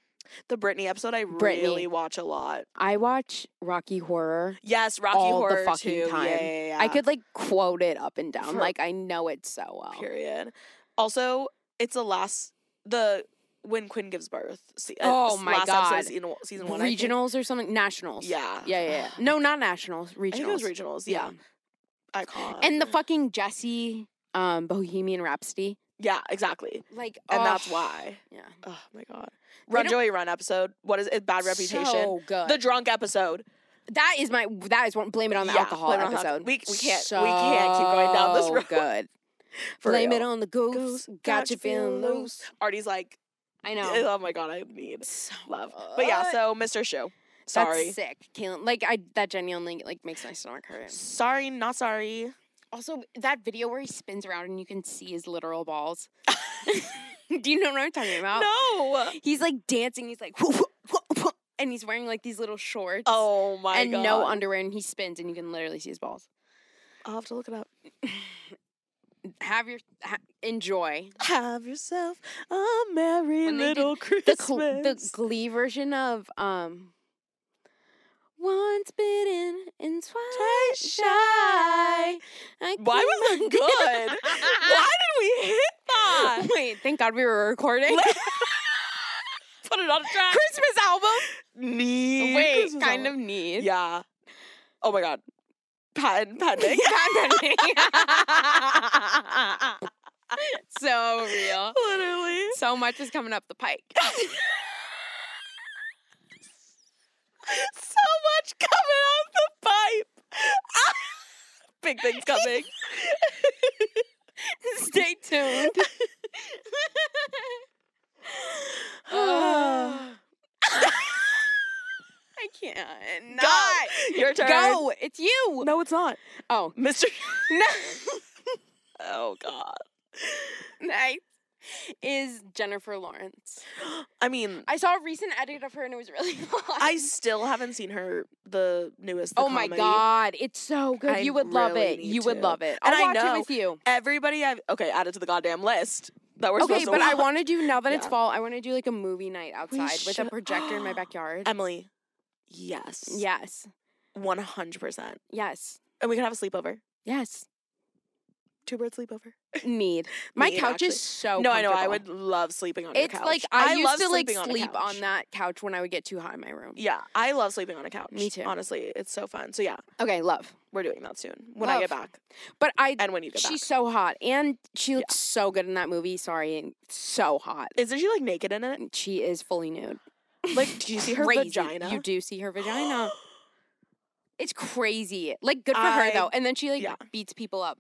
[SPEAKER 1] the Britney episode I
[SPEAKER 2] Britney.
[SPEAKER 1] really watch a lot.
[SPEAKER 2] I watch Rocky Horror.
[SPEAKER 1] Yes, Rocky
[SPEAKER 2] All the
[SPEAKER 1] Horror
[SPEAKER 2] fucking
[SPEAKER 1] too.
[SPEAKER 2] time.
[SPEAKER 1] Yeah, yeah, yeah.
[SPEAKER 2] I could like quote it up and down.
[SPEAKER 1] For-
[SPEAKER 2] like I know it so well.
[SPEAKER 1] period. Also, it's the last the when Quinn gives birth. se- uh,
[SPEAKER 2] Oh
[SPEAKER 1] s-
[SPEAKER 2] my
[SPEAKER 1] last episode of
[SPEAKER 2] God.
[SPEAKER 1] season, one- season one. I think.
[SPEAKER 2] Regionals or something? Nationals.
[SPEAKER 1] Yeah.
[SPEAKER 2] Yeah, yeah, yeah. No, not nationals.
[SPEAKER 1] I
[SPEAKER 2] Regionals.
[SPEAKER 1] think it was regionals. Yeah. Icon.
[SPEAKER 2] And the fucking Jesse um, Bohemian Rhapsody.
[SPEAKER 1] yeah, exactly.
[SPEAKER 2] Like
[SPEAKER 1] And
[SPEAKER 2] oh,
[SPEAKER 1] that's why.
[SPEAKER 2] Yeah.
[SPEAKER 1] Oh my god.
[SPEAKER 2] They
[SPEAKER 1] Run
[SPEAKER 2] don't-
[SPEAKER 1] Joey Run episode. What is it? Bad reputation.
[SPEAKER 2] So good.
[SPEAKER 1] the drunk episode.
[SPEAKER 2] that is my that is one blame it on the
[SPEAKER 1] Yeah,
[SPEAKER 2] alcohol
[SPEAKER 1] blame it on the
[SPEAKER 2] episode.
[SPEAKER 1] alcohol. We- we can't- we can't keep going down this
[SPEAKER 2] So
[SPEAKER 1] road.
[SPEAKER 2] Good.
[SPEAKER 1] For
[SPEAKER 2] blame
[SPEAKER 1] real.
[SPEAKER 2] it on the goose.
[SPEAKER 1] Goose,
[SPEAKER 2] Got you feeling loose.
[SPEAKER 1] Artie's like,
[SPEAKER 2] I know.
[SPEAKER 1] oh my god, I need
[SPEAKER 2] So
[SPEAKER 1] love. But yeah,
[SPEAKER 2] good.
[SPEAKER 1] so Mr. Show. Sorry.
[SPEAKER 2] That's sick, Caitlin. Like I that genuinely like makes my stomach hurt.
[SPEAKER 1] Sorry, not sorry.
[SPEAKER 2] Also, that video where he spins around and you can see his literal balls. Do you know what I'm talking about?
[SPEAKER 1] No.
[SPEAKER 2] He's like dancing. He's like, "Whoa, whoa, whoa, whoa," and he's wearing like these little shorts.
[SPEAKER 1] Oh my
[SPEAKER 2] and
[SPEAKER 1] god.
[SPEAKER 2] no underwear, and he spins, and you can literally see his balls.
[SPEAKER 1] I'll have to look it up.
[SPEAKER 2] Have your ha- enjoy
[SPEAKER 1] Have yourself a merry
[SPEAKER 2] When they did
[SPEAKER 1] little
[SPEAKER 2] the
[SPEAKER 1] Christmas.
[SPEAKER 2] cl- the Glee version of um. Once bitten and twice
[SPEAKER 1] Twice
[SPEAKER 2] shy. I
[SPEAKER 1] Why was
[SPEAKER 2] came
[SPEAKER 1] it good? Why did we hit that?
[SPEAKER 2] Wait, thank God we were recording.
[SPEAKER 1] Put it on a track.
[SPEAKER 2] Christmas album.
[SPEAKER 1] Need
[SPEAKER 2] Wait,
[SPEAKER 1] Christmas
[SPEAKER 2] kind
[SPEAKER 1] album.
[SPEAKER 2] of need.
[SPEAKER 1] Yeah. Oh my god. Patent pending.
[SPEAKER 2] so real.
[SPEAKER 1] Literally.
[SPEAKER 2] So much is coming up the pike.
[SPEAKER 1] so much coming out the pipe. Big things coming.
[SPEAKER 2] Stay tuned.
[SPEAKER 1] Ah.
[SPEAKER 2] I can't.
[SPEAKER 1] Go.
[SPEAKER 2] Not.
[SPEAKER 1] Your turn.
[SPEAKER 2] Go. It's you.
[SPEAKER 1] No, it's not.
[SPEAKER 2] Oh.
[SPEAKER 1] Mr.
[SPEAKER 2] No.
[SPEAKER 1] Oh God.
[SPEAKER 2] Nice. Is Jennifer Lawrence.
[SPEAKER 1] I mean,
[SPEAKER 2] I saw a recent edit of her and it was really hot.
[SPEAKER 1] I still haven't seen her the newest. the
[SPEAKER 2] oh my
[SPEAKER 1] comedy.
[SPEAKER 2] god, it's so good.
[SPEAKER 1] I
[SPEAKER 2] you would love
[SPEAKER 1] really
[SPEAKER 2] it.
[SPEAKER 1] need
[SPEAKER 2] You would
[SPEAKER 1] to.
[SPEAKER 2] love it.
[SPEAKER 1] And
[SPEAKER 2] I'll
[SPEAKER 1] I
[SPEAKER 2] watch
[SPEAKER 1] know-
[SPEAKER 2] it with you.
[SPEAKER 1] Everybody I've okay added to the goddamn list. that we're
[SPEAKER 2] Okay,
[SPEAKER 1] supposed to
[SPEAKER 2] but I
[SPEAKER 1] watch.
[SPEAKER 2] want to do now that it's
[SPEAKER 1] Yeah.
[SPEAKER 2] fall. I want to do like a movie night outside with a
[SPEAKER 1] should-
[SPEAKER 2] projector in my backyard.
[SPEAKER 1] Emily. Yes.
[SPEAKER 2] yes,
[SPEAKER 1] One hundred percent.
[SPEAKER 2] yes,
[SPEAKER 1] And we can have a sleepover.
[SPEAKER 2] yes.
[SPEAKER 1] Two bird sleepover.
[SPEAKER 2] Need my
[SPEAKER 1] Need,
[SPEAKER 2] couch
[SPEAKER 1] actually.
[SPEAKER 2] is so.
[SPEAKER 1] no, I know. I
[SPEAKER 2] comfortable.
[SPEAKER 1] would love sleeping on your
[SPEAKER 2] It's
[SPEAKER 1] couch.
[SPEAKER 2] like I, used
[SPEAKER 1] love
[SPEAKER 2] to like
[SPEAKER 1] sleeping on a
[SPEAKER 2] sleep on,
[SPEAKER 1] couch.
[SPEAKER 2] that couch when I would get too hot in my room.
[SPEAKER 1] Yeah, I love sleeping on a couch.
[SPEAKER 2] Me too.
[SPEAKER 1] Honestly, it's so fun. So yeah,
[SPEAKER 2] Okay, love.
[SPEAKER 1] we're doing that soon when I get
[SPEAKER 2] Love.
[SPEAKER 1] back
[SPEAKER 2] But I,
[SPEAKER 1] and when you get
[SPEAKER 2] she's
[SPEAKER 1] back.
[SPEAKER 2] so hot, and she looks so good in that movie. Sorry, so hot.
[SPEAKER 1] Isn't she like naked in it?
[SPEAKER 2] She is fully nude.
[SPEAKER 1] Like, do you see her
[SPEAKER 2] Crazy.
[SPEAKER 1] vagina?
[SPEAKER 2] You do see her vagina. It's crazy. Like good for her
[SPEAKER 1] I-
[SPEAKER 2] though. And then she like
[SPEAKER 1] yeah.
[SPEAKER 2] beats people up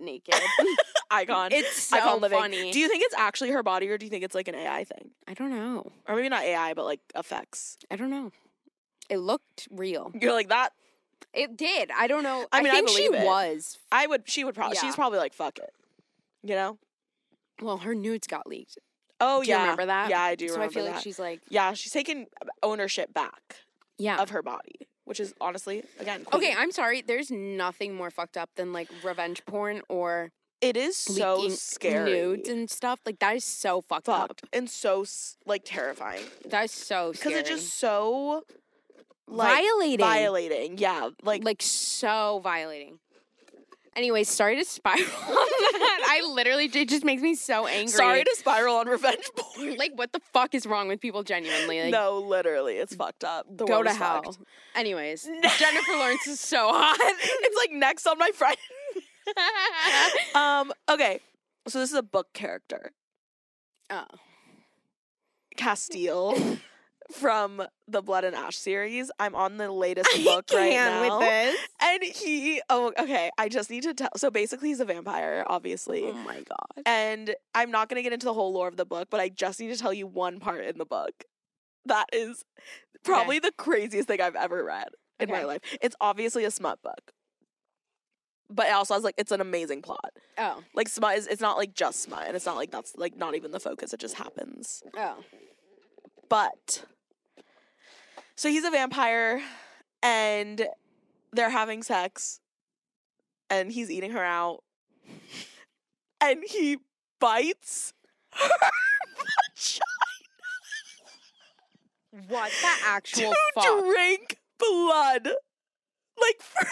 [SPEAKER 2] naked.
[SPEAKER 1] Icon.
[SPEAKER 2] it's so
[SPEAKER 1] Icon living.
[SPEAKER 2] funny.
[SPEAKER 1] Do you think it's actually her body, or do you think it's like an AI thing,
[SPEAKER 2] I don't know.
[SPEAKER 1] or maybe not AI, but like effects?
[SPEAKER 2] I don't know. It looked real.
[SPEAKER 1] You're like that.
[SPEAKER 2] It did. I don't know.
[SPEAKER 1] I mean, I
[SPEAKER 2] think she
[SPEAKER 1] believe it.
[SPEAKER 2] was.
[SPEAKER 1] I would. She would probably.
[SPEAKER 2] Yeah.
[SPEAKER 1] She's probably like fuck it. You know.
[SPEAKER 2] Well, her nudes got leaked.
[SPEAKER 1] Oh
[SPEAKER 2] Do you
[SPEAKER 1] yeah.
[SPEAKER 2] remember that?
[SPEAKER 1] Yeah, I do
[SPEAKER 2] so I
[SPEAKER 1] remember
[SPEAKER 2] feel
[SPEAKER 1] that.
[SPEAKER 2] like she's like,
[SPEAKER 1] yeah, she's taking ownership back
[SPEAKER 2] yeah.
[SPEAKER 1] of her body, which is honestly again.
[SPEAKER 2] Okay,
[SPEAKER 1] queen.
[SPEAKER 2] I'm sorry. There's nothing more fucked up than like revenge porn or
[SPEAKER 1] it is so
[SPEAKER 2] leaking
[SPEAKER 1] scary.
[SPEAKER 2] nudes and stuff. Like that is so fucked up.
[SPEAKER 1] fucked and so s- like terrifying
[SPEAKER 2] That is so
[SPEAKER 1] because
[SPEAKER 2] scary.
[SPEAKER 1] it's just so like
[SPEAKER 2] violating.
[SPEAKER 1] violating. Yeah, like,
[SPEAKER 2] like, so violating. Anyways, sorry to spiral on that. I literally it just makes me so angry.
[SPEAKER 1] sorry to spiral on revenge porn.
[SPEAKER 2] like what the fuck is wrong with people genuinely? Like
[SPEAKER 1] no, literally, it's fucked up. The
[SPEAKER 2] go
[SPEAKER 1] world
[SPEAKER 2] to
[SPEAKER 1] is
[SPEAKER 2] hell.
[SPEAKER 1] fucked.
[SPEAKER 2] Anyways,
[SPEAKER 1] No.
[SPEAKER 2] Jennifer Lawrence is so hot.
[SPEAKER 1] it's like next on my Friday. Um, okay, so this is a book character,
[SPEAKER 2] oh.
[SPEAKER 1] Castile. From the Blood and Ash series, I'm on the latest book right now.
[SPEAKER 2] this.
[SPEAKER 1] And he, oh, okay. I just need to tell. So basically, he's a vampire, obviously.
[SPEAKER 2] Oh my god.
[SPEAKER 1] And I'm not going to get into the whole lore of the book, but I just need to tell you one part in the book. That is probably the craziest thing I've ever read in my
[SPEAKER 2] Okay.
[SPEAKER 1] life. It's obviously a smut book. But it also has like it's an amazing plot.
[SPEAKER 2] Oh.
[SPEAKER 1] Like smut is it's not like just smut and it's not like that's like not even the focus. It just happens.
[SPEAKER 2] Oh.
[SPEAKER 1] But so he's a vampire and they're having sex and he's eating her out and he bites her vagina
[SPEAKER 2] What the actual
[SPEAKER 1] to
[SPEAKER 2] fuck?
[SPEAKER 1] drink blood. Like from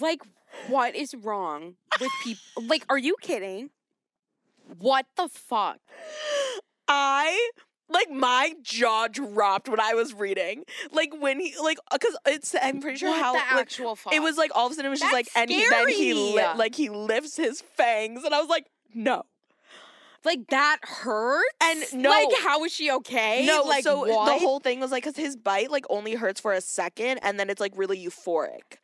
[SPEAKER 2] Like, what is wrong with people? Like, are you kidding? What the fuck?
[SPEAKER 1] I like my jaw dropped when I was reading. Like when he like because it's I'm pretty sure
[SPEAKER 2] what
[SPEAKER 1] how
[SPEAKER 2] the
[SPEAKER 1] like,
[SPEAKER 2] actual fuck?
[SPEAKER 1] It was like all of a sudden it was just
[SPEAKER 2] That's
[SPEAKER 1] like and he, then he li-
[SPEAKER 2] scary.
[SPEAKER 1] like he lifts his fangs and I was like no
[SPEAKER 2] like that hurts.
[SPEAKER 1] and no
[SPEAKER 2] like, how is she okay?
[SPEAKER 1] no
[SPEAKER 2] like
[SPEAKER 1] so uh,
[SPEAKER 2] what?
[SPEAKER 1] the whole thing was like because his bite like only hurts for a second and then it's like really euphoric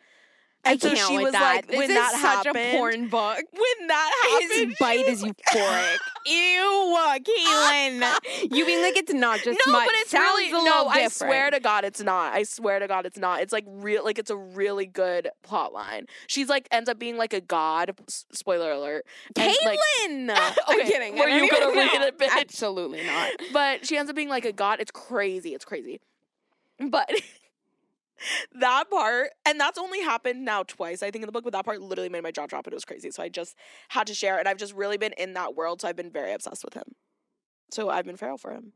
[SPEAKER 2] I
[SPEAKER 1] and so
[SPEAKER 2] can't
[SPEAKER 1] she
[SPEAKER 2] with
[SPEAKER 1] was
[SPEAKER 2] that.
[SPEAKER 1] like
[SPEAKER 2] this
[SPEAKER 1] when
[SPEAKER 2] is
[SPEAKER 1] that
[SPEAKER 2] such
[SPEAKER 1] happened
[SPEAKER 2] a porn book.
[SPEAKER 1] when that happened
[SPEAKER 2] His bite is euphoric. Ew, Caitlin. you mean like it's not just
[SPEAKER 1] no
[SPEAKER 2] smut.
[SPEAKER 1] but it's
[SPEAKER 2] Sounds
[SPEAKER 1] really
[SPEAKER 2] a little
[SPEAKER 1] no I
[SPEAKER 2] different.
[SPEAKER 1] swear to God it's not I swear to God it's not it's like real like it's a really good plot line she's like ends up being like a god s- spoiler alert and, like,
[SPEAKER 2] Caitlin.
[SPEAKER 1] Okay,
[SPEAKER 2] I'm kidding. I
[SPEAKER 1] were
[SPEAKER 2] don't
[SPEAKER 1] you
[SPEAKER 2] even
[SPEAKER 1] gonna read
[SPEAKER 2] know.
[SPEAKER 1] it, bitch?
[SPEAKER 2] Absolutely not.
[SPEAKER 1] but she ends up being like a god. It's crazy. It's crazy. But that part, and that's only happened now twice, I think, in the book, but that part literally made my jaw drop. It was crazy. So I just had to share. And I've just really been in that world. So I've been very obsessed with him. So I've been feral for him.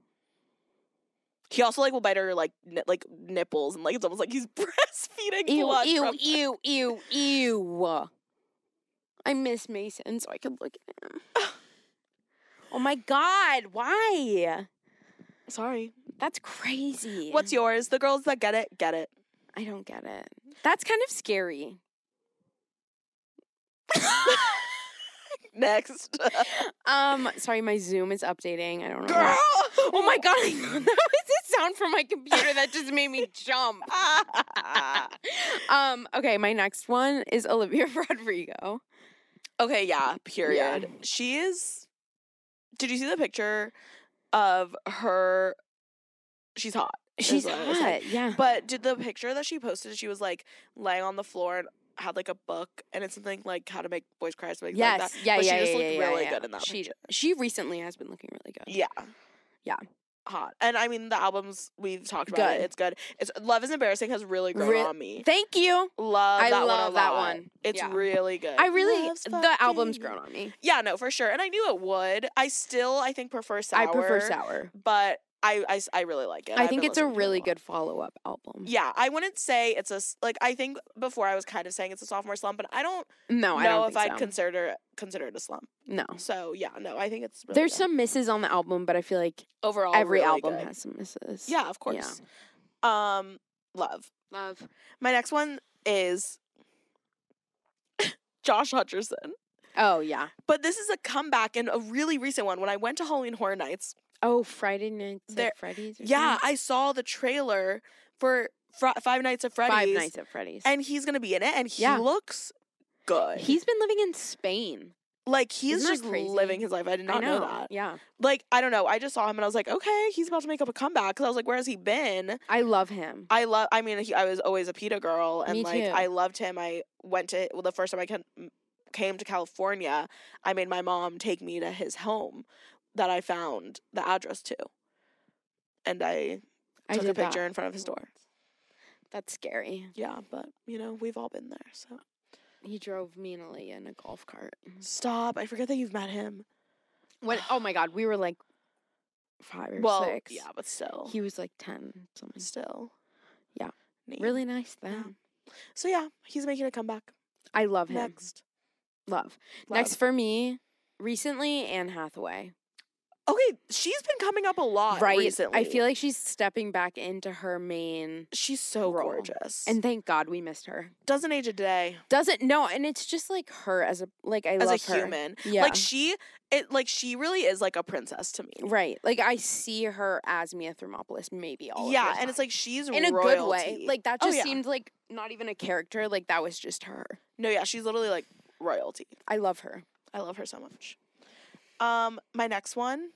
[SPEAKER 1] He also like will bite her like ni- like nipples and like it's almost like he's breastfeeding
[SPEAKER 2] Ew,
[SPEAKER 1] blood.
[SPEAKER 2] ew, e-,
[SPEAKER 1] from-
[SPEAKER 2] ew, ew, ew. I miss Mason so I could look at him. oh my god, why?
[SPEAKER 1] Sorry.
[SPEAKER 2] That's crazy.
[SPEAKER 1] What's yours? The girls that get it get it.
[SPEAKER 2] I don't get it. That's kind of scary.
[SPEAKER 1] Next,
[SPEAKER 2] Um, sorry, my Zoom is updating. I don't know.
[SPEAKER 1] girl.
[SPEAKER 2] why. Oh my god, I know that was a sound from my computer that just made me jump.
[SPEAKER 1] god.
[SPEAKER 2] Um, okay, my next one is Olivia Rodrigo.
[SPEAKER 1] Okay, yeah, period. She is Did you see the picture of her she's hot.
[SPEAKER 2] She's
[SPEAKER 1] what I was saying.
[SPEAKER 2] hot, yeah.
[SPEAKER 1] But did the picture that she posted she was like laying on the floor and had like a book and it's something like how to make boys cry or something
[SPEAKER 2] Yes,
[SPEAKER 1] like that.
[SPEAKER 2] yeah,
[SPEAKER 1] but
[SPEAKER 2] yeah,
[SPEAKER 1] she just
[SPEAKER 2] yeah,
[SPEAKER 1] looked
[SPEAKER 2] yeah, yeah,
[SPEAKER 1] really
[SPEAKER 2] yeah.
[SPEAKER 1] good in that
[SPEAKER 2] She
[SPEAKER 1] picture.
[SPEAKER 2] she recently has been looking really good.
[SPEAKER 1] Yeah.
[SPEAKER 2] Yeah.
[SPEAKER 1] hot. And I mean, the albums we've talked about. It.
[SPEAKER 2] Good.
[SPEAKER 1] It's good. It's Love Is Embarrassing has really grown
[SPEAKER 2] Re-
[SPEAKER 1] on me.
[SPEAKER 2] Thank you.
[SPEAKER 1] Love
[SPEAKER 2] I
[SPEAKER 1] that one. a
[SPEAKER 2] love that
[SPEAKER 1] lot.
[SPEAKER 2] one.
[SPEAKER 1] It's
[SPEAKER 2] Yeah.
[SPEAKER 1] really good.
[SPEAKER 2] I really
[SPEAKER 1] Love's
[SPEAKER 2] the album's
[SPEAKER 1] fucking-
[SPEAKER 2] grown on me.
[SPEAKER 1] Yeah, no, for sure. And I knew it would. I still, I think, prefer sour.
[SPEAKER 2] I prefer sour.
[SPEAKER 1] but I, I, s- I really like it.
[SPEAKER 2] I
[SPEAKER 1] I've
[SPEAKER 2] think
[SPEAKER 1] been
[SPEAKER 2] it's a
[SPEAKER 1] listening to it
[SPEAKER 2] really
[SPEAKER 1] lot.
[SPEAKER 2] good follow up album.
[SPEAKER 1] Yeah, I wouldn't say it's a s- like. I think before I was kind of saying it's a sophomore slump, but I don't
[SPEAKER 2] No, I
[SPEAKER 1] know
[SPEAKER 2] don't
[SPEAKER 1] if
[SPEAKER 2] think
[SPEAKER 1] I'd
[SPEAKER 2] so.
[SPEAKER 1] consider consider it a slump.
[SPEAKER 2] no.
[SPEAKER 1] So yeah, no, I think it's really
[SPEAKER 2] There's
[SPEAKER 1] good.
[SPEAKER 2] some misses on the album, but I feel like
[SPEAKER 1] overall
[SPEAKER 2] every
[SPEAKER 1] really
[SPEAKER 2] album
[SPEAKER 1] good.
[SPEAKER 2] has some misses.
[SPEAKER 1] yeah, of course. Um, love.
[SPEAKER 2] Love.
[SPEAKER 1] My next one is Josh Hutcherson,
[SPEAKER 2] Oh yeah.
[SPEAKER 1] but this is a comeback and a really recent one. When I went to Halloween Horror Nights,
[SPEAKER 2] Oh Friday nights. at
[SPEAKER 1] There-
[SPEAKER 2] Freddy's. Or
[SPEAKER 1] yeah,
[SPEAKER 2] something?
[SPEAKER 1] I saw the trailer for Fr- Five Nights at Freddy's,
[SPEAKER 2] Five nights at Freddy's.
[SPEAKER 1] and he's gonna be in it, and he
[SPEAKER 2] Yeah.
[SPEAKER 1] looks good.
[SPEAKER 2] he's been living in Spain.
[SPEAKER 1] Like he's
[SPEAKER 2] Isn't that
[SPEAKER 1] just
[SPEAKER 2] crazy?
[SPEAKER 1] living his life. I did not
[SPEAKER 2] I know.
[SPEAKER 1] know. that.
[SPEAKER 2] Yeah.
[SPEAKER 1] Like I don't know. I just saw him and I was like, okay, he's about to make up a comeback. Because I was like, where has he been?
[SPEAKER 2] I love him.
[SPEAKER 1] I love. I mean, he, I was always a PETA girl, and
[SPEAKER 2] Me
[SPEAKER 1] like
[SPEAKER 2] too.
[SPEAKER 1] I loved him. I went to well, the first time I can, came to California, I made my mom take me to his home that I found the address to, and I
[SPEAKER 2] I
[SPEAKER 1] took a
[SPEAKER 2] did that.
[SPEAKER 1] picture in front of his door.
[SPEAKER 2] That's scary.
[SPEAKER 1] Yeah, but you know we've all been there. So
[SPEAKER 2] He drove me and Aaliyah in a golf cart.
[SPEAKER 1] stop. I forget that you've met him.
[SPEAKER 2] When oh my god, we were like five or
[SPEAKER 1] Well,
[SPEAKER 2] six.
[SPEAKER 1] yeah, but still,
[SPEAKER 2] He was like ten something.
[SPEAKER 1] still,
[SPEAKER 2] Yeah.
[SPEAKER 1] Neat.
[SPEAKER 2] Really nice
[SPEAKER 1] Yeah.
[SPEAKER 2] then.
[SPEAKER 1] So yeah, he's making a comeback.
[SPEAKER 2] I love him.
[SPEAKER 1] Next.
[SPEAKER 2] Love. Next for me, recently Anne Hathaway.
[SPEAKER 1] Love. Okay, she's been coming up a lot
[SPEAKER 2] right.
[SPEAKER 1] recently.
[SPEAKER 2] I feel like she's stepping back into her main
[SPEAKER 1] she's so
[SPEAKER 2] Role.
[SPEAKER 1] gorgeous.
[SPEAKER 2] and thank God we missed her.
[SPEAKER 1] doesn't age a day
[SPEAKER 2] Doesn't no, and it's just like her as a like I
[SPEAKER 1] as
[SPEAKER 2] love
[SPEAKER 1] a
[SPEAKER 2] her.
[SPEAKER 1] human.
[SPEAKER 2] Yeah.
[SPEAKER 1] Like she it like she really is like a princess to me.
[SPEAKER 2] right. Like I see her as Mia Thermopolis maybe all of the
[SPEAKER 1] yeah, and it's
[SPEAKER 2] time.
[SPEAKER 1] like she's
[SPEAKER 2] in a
[SPEAKER 1] royalty.
[SPEAKER 2] good way. Like that
[SPEAKER 1] Oh,
[SPEAKER 2] just
[SPEAKER 1] yeah.
[SPEAKER 2] seemed like not even a character. Like that was just her.
[SPEAKER 1] No, yeah, she's literally like royalty.
[SPEAKER 2] I love her.
[SPEAKER 1] I love her so much. Um my next one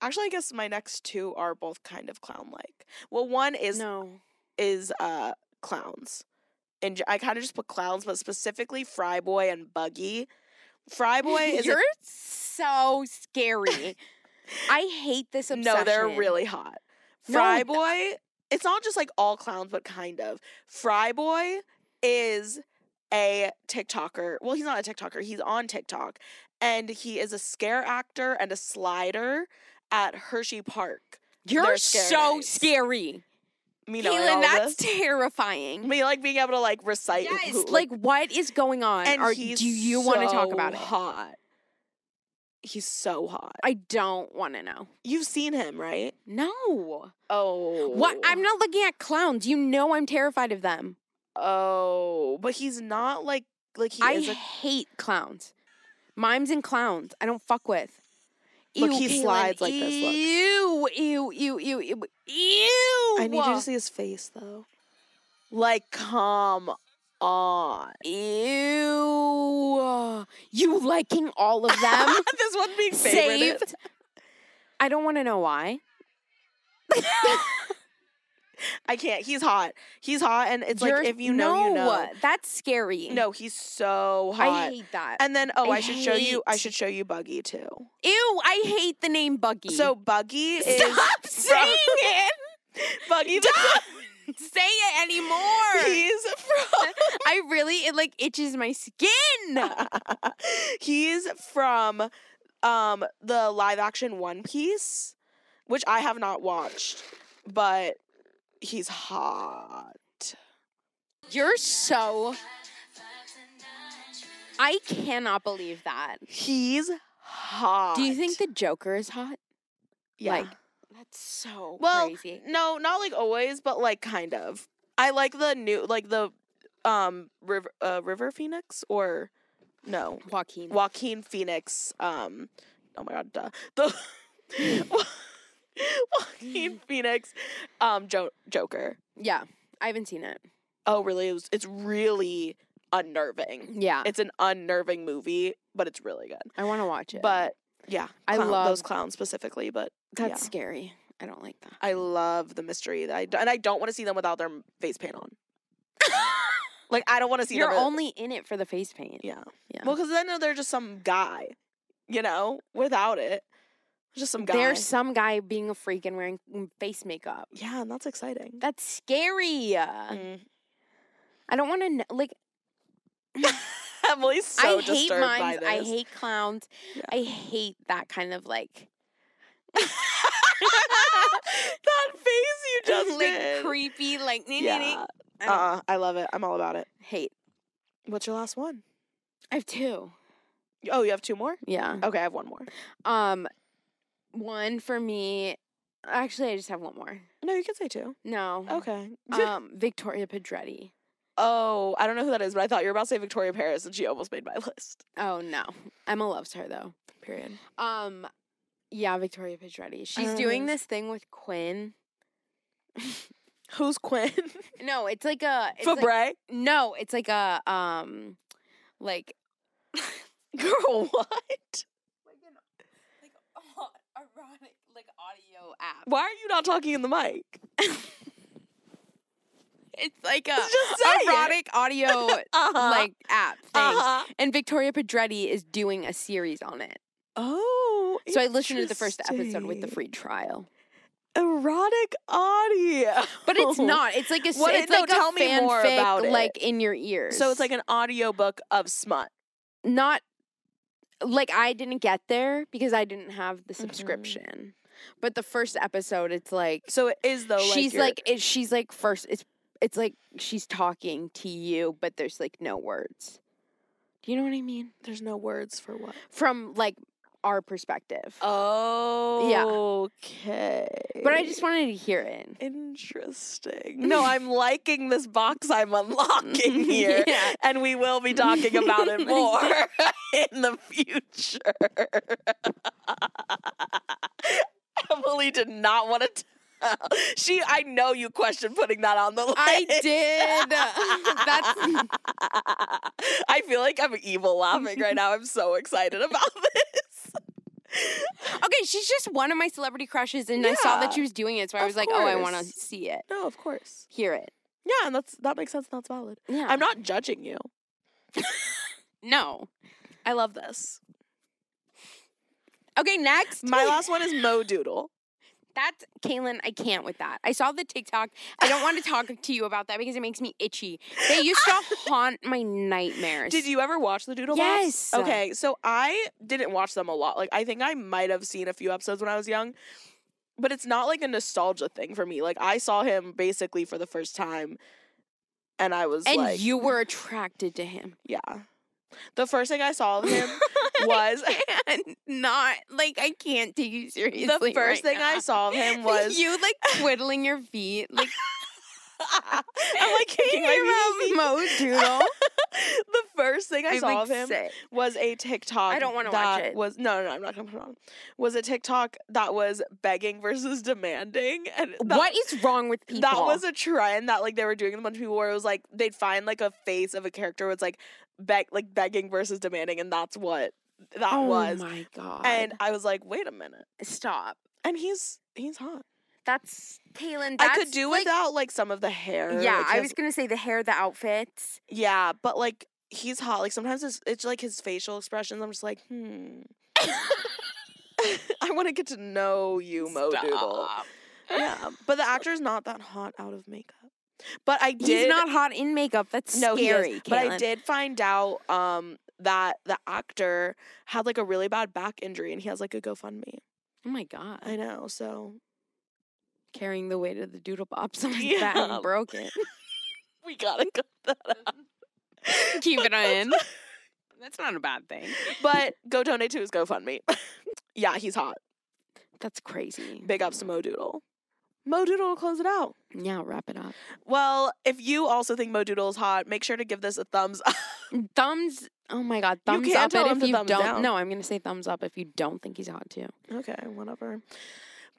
[SPEAKER 1] Actually, I guess my next two are both kind of clown-like. Well, one is
[SPEAKER 2] no.
[SPEAKER 1] is uh clowns. And j- I kind of just put clowns, but specifically Fryboy and Buggy. Fryboy is a-
[SPEAKER 2] You're so scary. I hate this obsession.
[SPEAKER 1] no, they're really hot.
[SPEAKER 2] No, th-
[SPEAKER 1] Fryboy, it's not just like all clowns, but kind of. Fryboy is a TikToker. Well, he's not a TikToker. He's on TikTok, and he is a scare actor and a slider at Hershey Park.
[SPEAKER 2] You're
[SPEAKER 1] they're scary
[SPEAKER 2] so
[SPEAKER 1] nights.
[SPEAKER 2] scary.
[SPEAKER 1] Me knowing all
[SPEAKER 2] Kaylin,
[SPEAKER 1] that's
[SPEAKER 2] that's terrifying.
[SPEAKER 1] me like being able to like recite.
[SPEAKER 2] Yes,
[SPEAKER 1] who-
[SPEAKER 2] like, what is going on?
[SPEAKER 1] and
[SPEAKER 2] Are-
[SPEAKER 1] he's
[SPEAKER 2] do you want to talk
[SPEAKER 1] so
[SPEAKER 2] about it?
[SPEAKER 1] Hot. He's so hot.
[SPEAKER 2] I don't want to know.
[SPEAKER 1] You've seen him, right?
[SPEAKER 2] No.
[SPEAKER 1] Oh,
[SPEAKER 2] What? I'm not looking at clowns. You know I'm terrified of them.
[SPEAKER 1] Oh, but he's not like like he
[SPEAKER 2] I
[SPEAKER 1] is a
[SPEAKER 2] hate clowns. Mimes and clowns. I don't fuck with.
[SPEAKER 1] Look,
[SPEAKER 2] Ew,
[SPEAKER 1] he
[SPEAKER 2] Kaylin,
[SPEAKER 1] slides like this, look.
[SPEAKER 2] Ew, ew, ew, ew, ew, ew.
[SPEAKER 1] I need you to see his face though. Like, come on.
[SPEAKER 2] Ew. You liking all of them?
[SPEAKER 1] this one being favorited.
[SPEAKER 2] Saved. I don't want to know why.
[SPEAKER 1] I can't. He's hot. He's hot, and it's
[SPEAKER 2] You're-
[SPEAKER 1] like if you know, you know.
[SPEAKER 2] no, That's scary.
[SPEAKER 1] No, he's so hot.
[SPEAKER 2] I hate that.
[SPEAKER 1] and then oh, I,
[SPEAKER 2] I
[SPEAKER 1] should show you. I
[SPEAKER 2] hate-
[SPEAKER 1] should show you Buggy too.
[SPEAKER 2] Ew, I hate the name Buggy.
[SPEAKER 1] So Buggy is
[SPEAKER 2] stop saying it.
[SPEAKER 1] Buggy. the-
[SPEAKER 2] Stop say it anymore.
[SPEAKER 1] He's from.
[SPEAKER 2] I really it like itches my skin.
[SPEAKER 1] he's from um the live action One Piece, which I have not watched, but he's hot.
[SPEAKER 2] You're so. I cannot believe that.
[SPEAKER 1] He's hot.
[SPEAKER 2] Do you think the Joker is hot?
[SPEAKER 1] yeah.
[SPEAKER 2] like, That's so
[SPEAKER 1] Well,
[SPEAKER 2] crazy.
[SPEAKER 1] no, not like always, but like kind of. I like the new like the um River uh, River Phoenix or no.
[SPEAKER 2] Joaquin.
[SPEAKER 1] Joaquin Phoenix. Um, oh my god, duh. The Joaquin Phoenix, um, jo- Joker.
[SPEAKER 2] Yeah, I haven't seen it.
[SPEAKER 1] Oh, really? It was, it's really unnerving.
[SPEAKER 2] Yeah,
[SPEAKER 1] It's an unnerving movie, but it's really good.
[SPEAKER 2] I want to watch it.
[SPEAKER 1] But yeah,
[SPEAKER 2] I
[SPEAKER 1] clown- those
[SPEAKER 2] love-
[SPEAKER 1] clowns specifically. But
[SPEAKER 2] that's
[SPEAKER 1] yeah.
[SPEAKER 2] scary. I don't like that.
[SPEAKER 1] I love the mystery. That I d- and I don't want to see them without their m- face paint on. like I don't want to see
[SPEAKER 2] You're
[SPEAKER 1] them. with-
[SPEAKER 2] only in it for the face paint.
[SPEAKER 1] yeah.
[SPEAKER 2] Yeah.
[SPEAKER 1] Well, because then they're just some guy, you know, without it. Just some guy.
[SPEAKER 2] There's some guy being a freak and wearing mm, face makeup.
[SPEAKER 1] yeah, and that's exciting.
[SPEAKER 2] That's scary.
[SPEAKER 1] Mm.
[SPEAKER 2] I don't want to know. Like,
[SPEAKER 1] Emily's so
[SPEAKER 2] I hate
[SPEAKER 1] disturbed by
[SPEAKER 2] mimes.
[SPEAKER 1] this.
[SPEAKER 2] I hate clowns.
[SPEAKER 1] Yeah.
[SPEAKER 2] I hate that kind of like,
[SPEAKER 1] that face you just
[SPEAKER 2] like
[SPEAKER 1] did.
[SPEAKER 2] creepy, like, nee, nee, nee.
[SPEAKER 1] yeah.
[SPEAKER 2] I don't-
[SPEAKER 1] Uh, I love it. I'm all about it.
[SPEAKER 2] hate.
[SPEAKER 1] What's your last one?
[SPEAKER 2] I have two.
[SPEAKER 1] Oh, you have two more?
[SPEAKER 2] Yeah.
[SPEAKER 1] Okay, I have one more.
[SPEAKER 2] Um, one for me. Actually, I just have one more.
[SPEAKER 1] No, you can say two.
[SPEAKER 2] No.
[SPEAKER 1] Okay.
[SPEAKER 2] Um, Victoria Pedretti.
[SPEAKER 1] oh, I don't know who that is, but I thought you were about to say Victoria Paris, and she almost made my list.
[SPEAKER 2] Oh no, Emma loves her though.
[SPEAKER 1] Period.
[SPEAKER 2] Um, yeah, Victoria Pedretti. She's
[SPEAKER 1] Um,
[SPEAKER 2] doing this thing with Quinn.
[SPEAKER 1] Who's Quinn?
[SPEAKER 2] No, it's like a. It's like-
[SPEAKER 1] Fabre.
[SPEAKER 2] no, it's like a um, like
[SPEAKER 1] Girl, what?
[SPEAKER 2] like an like erotic like audio app.
[SPEAKER 1] Why are you not talking in the mic?
[SPEAKER 2] It's like a
[SPEAKER 1] Just say it.
[SPEAKER 2] erotic audio
[SPEAKER 1] Uh-huh.
[SPEAKER 2] like app thing.
[SPEAKER 1] uh-huh.
[SPEAKER 2] And Victoria Pedretti is doing a series on it.
[SPEAKER 1] Oh.
[SPEAKER 2] So I listened to the first episode with the
[SPEAKER 1] interesting.
[SPEAKER 2] free trial.
[SPEAKER 1] erotic audio.
[SPEAKER 2] But it's not. It's like a s-
[SPEAKER 1] What it-
[SPEAKER 2] it's
[SPEAKER 1] no,
[SPEAKER 2] like
[SPEAKER 1] tell
[SPEAKER 2] a
[SPEAKER 1] me more
[SPEAKER 2] fanfic,
[SPEAKER 1] about it.
[SPEAKER 2] like in your ears.
[SPEAKER 1] So it's like an audiobook of smut.
[SPEAKER 2] not like I didn't get there because I didn't have the
[SPEAKER 1] Mm-hmm.
[SPEAKER 2] subscription. But the first episode, it's like
[SPEAKER 1] So it is though. Like
[SPEAKER 2] she's
[SPEAKER 1] your-
[SPEAKER 2] like it, she's like first. It's it's like she's talking to you, but there's like no words. Do you know what I mean?
[SPEAKER 1] there's no words for what.
[SPEAKER 2] From like our perspective.
[SPEAKER 1] Oh.
[SPEAKER 2] Yeah.
[SPEAKER 1] Okay.
[SPEAKER 2] But I just wanted to hear it.
[SPEAKER 1] interesting. No, I'm liking this box I'm unlocking here,
[SPEAKER 2] Yeah.
[SPEAKER 1] and we will be talking about it more in the future. Emily did not want to. Tell. She, I know you questioned putting that on the list.
[SPEAKER 2] I did.
[SPEAKER 1] uh,
[SPEAKER 2] That's
[SPEAKER 1] I feel like I'm evil laughing right now. I'm so excited about this.
[SPEAKER 2] okay. She's just one of my celebrity crushes, and I saw
[SPEAKER 1] Yeah.
[SPEAKER 2] that she was doing it, so I
[SPEAKER 1] Of
[SPEAKER 2] was like, oh, I want to
[SPEAKER 1] course.
[SPEAKER 2] see it,
[SPEAKER 1] No, of course.
[SPEAKER 2] hear it.
[SPEAKER 1] Yeah, and that's that makes sense. That's valid.
[SPEAKER 2] Yeah.
[SPEAKER 1] I'm not judging you.
[SPEAKER 2] No.
[SPEAKER 1] I love this.
[SPEAKER 2] Okay, next.
[SPEAKER 1] My last one is Mo Doodle.
[SPEAKER 2] That's Kaylin. I can't with that. I saw the TikTok. I don't want to talk to you about that because it makes me itchy. They used to haunt my nightmares.
[SPEAKER 1] Did you ever watch the Doodle Bops?
[SPEAKER 2] Yes.
[SPEAKER 1] Okay, so I didn't watch them a lot. Like I think I might have seen a few episodes when I was young. But it's not like a nostalgia thing for me. Like I saw him basically for the first time and I was
[SPEAKER 2] And
[SPEAKER 1] like
[SPEAKER 2] you were attracted to him.
[SPEAKER 1] Yeah. The first thing I saw of him was
[SPEAKER 2] And not like I can't take you seriously.
[SPEAKER 1] the first thing I saw of him was
[SPEAKER 2] you like twiddling your feet, like
[SPEAKER 1] I'm like kicking my feet.
[SPEAKER 2] thinking about Mo Doodle.
[SPEAKER 1] the first thing I
[SPEAKER 2] I'm,
[SPEAKER 1] saw
[SPEAKER 2] like,
[SPEAKER 1] of him
[SPEAKER 2] sick.
[SPEAKER 1] was a TikTok.
[SPEAKER 2] I don't wanna
[SPEAKER 1] that
[SPEAKER 2] watch it.
[SPEAKER 1] Was no, no, no, I'm not gonna put it on. Was a TikTok that was begging versus demanding, and that,
[SPEAKER 2] what is wrong with people?
[SPEAKER 1] That was a trend that like they were doing in a bunch of people where it was like they'd find like a face of a character was like beg like begging versus demanding, and that's what that
[SPEAKER 2] oh
[SPEAKER 1] was.
[SPEAKER 2] my god.
[SPEAKER 1] And I was like, wait a minute,
[SPEAKER 2] stop.
[SPEAKER 1] and he's he's hot.
[SPEAKER 2] That's Kaylin.
[SPEAKER 1] I could
[SPEAKER 2] that's,
[SPEAKER 1] do
[SPEAKER 2] like,
[SPEAKER 1] without like some of the hair.
[SPEAKER 2] Yeah,
[SPEAKER 1] like,
[SPEAKER 2] I
[SPEAKER 1] his-
[SPEAKER 2] was gonna say the hair, the outfits.
[SPEAKER 1] Yeah, but like he's hot. Like sometimes it's, it's like his facial expressions. I'm just like, hmm. I want to get to know you, Mo Doodle.
[SPEAKER 2] Stop.
[SPEAKER 1] Yeah, but the actor's not that hot out of makeup. But I did
[SPEAKER 2] He's not hot in makeup. That's
[SPEAKER 1] no, he is,
[SPEAKER 2] scary.
[SPEAKER 1] But I
[SPEAKER 2] Caitlin.
[SPEAKER 1] did find out um that the actor had like a really bad back injury and he has like a GoFundMe.
[SPEAKER 2] Oh my god!
[SPEAKER 1] I know. So
[SPEAKER 2] Carrying the weight of the doodle bops on his back
[SPEAKER 1] Yeah.
[SPEAKER 2] and broke it.
[SPEAKER 1] we gotta cut that out.
[SPEAKER 2] Keep it in. That's not a bad thing.
[SPEAKER 1] But go donate to his GoFundMe. yeah, he's hot.
[SPEAKER 2] That's crazy.
[SPEAKER 1] Big ups to Mo Doodle. Mo Doodle will close it out.
[SPEAKER 2] Yeah, wrap it up.
[SPEAKER 1] Well, if you also think Modoodle is hot, make sure to give this a thumbs up.
[SPEAKER 2] Thumbs. Oh my god!
[SPEAKER 1] You
[SPEAKER 2] Thumbs
[SPEAKER 1] can't
[SPEAKER 2] up
[SPEAKER 1] tell
[SPEAKER 2] it
[SPEAKER 1] him
[SPEAKER 2] if
[SPEAKER 1] to
[SPEAKER 2] you
[SPEAKER 1] thumbs
[SPEAKER 2] don't.
[SPEAKER 1] down.
[SPEAKER 2] No, I'm gonna say thumbs up if you don't think he's hot too.
[SPEAKER 1] Okay, whatever.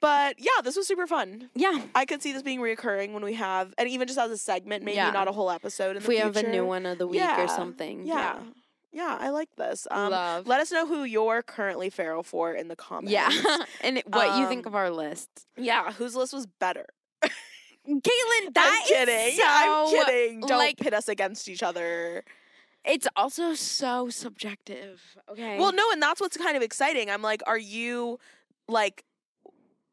[SPEAKER 1] But yeah, this was super fun.
[SPEAKER 2] Yeah.
[SPEAKER 1] I could see this being reoccurring when we have, and even just as a segment, maybe
[SPEAKER 2] Yeah.
[SPEAKER 1] not a whole episode. In
[SPEAKER 2] If
[SPEAKER 1] the
[SPEAKER 2] we have a
[SPEAKER 1] future.
[SPEAKER 2] new one of the week
[SPEAKER 1] Yeah.
[SPEAKER 2] or something.
[SPEAKER 1] yeah, yeah, I like this. Um,
[SPEAKER 2] Love.
[SPEAKER 1] Let us know who you're currently feral for in the comments.
[SPEAKER 2] Yeah. and it- what you think
[SPEAKER 1] Um,
[SPEAKER 2] of our list?
[SPEAKER 1] yeah. Whose list was better?
[SPEAKER 2] Caitlin,
[SPEAKER 1] I'm kidding. I'm kidding. Don't
[SPEAKER 2] like-
[SPEAKER 1] pit us against each other.
[SPEAKER 2] It's also so subjective. Okay.
[SPEAKER 1] Well, no, and that's what's kind of exciting. I'm like, are you like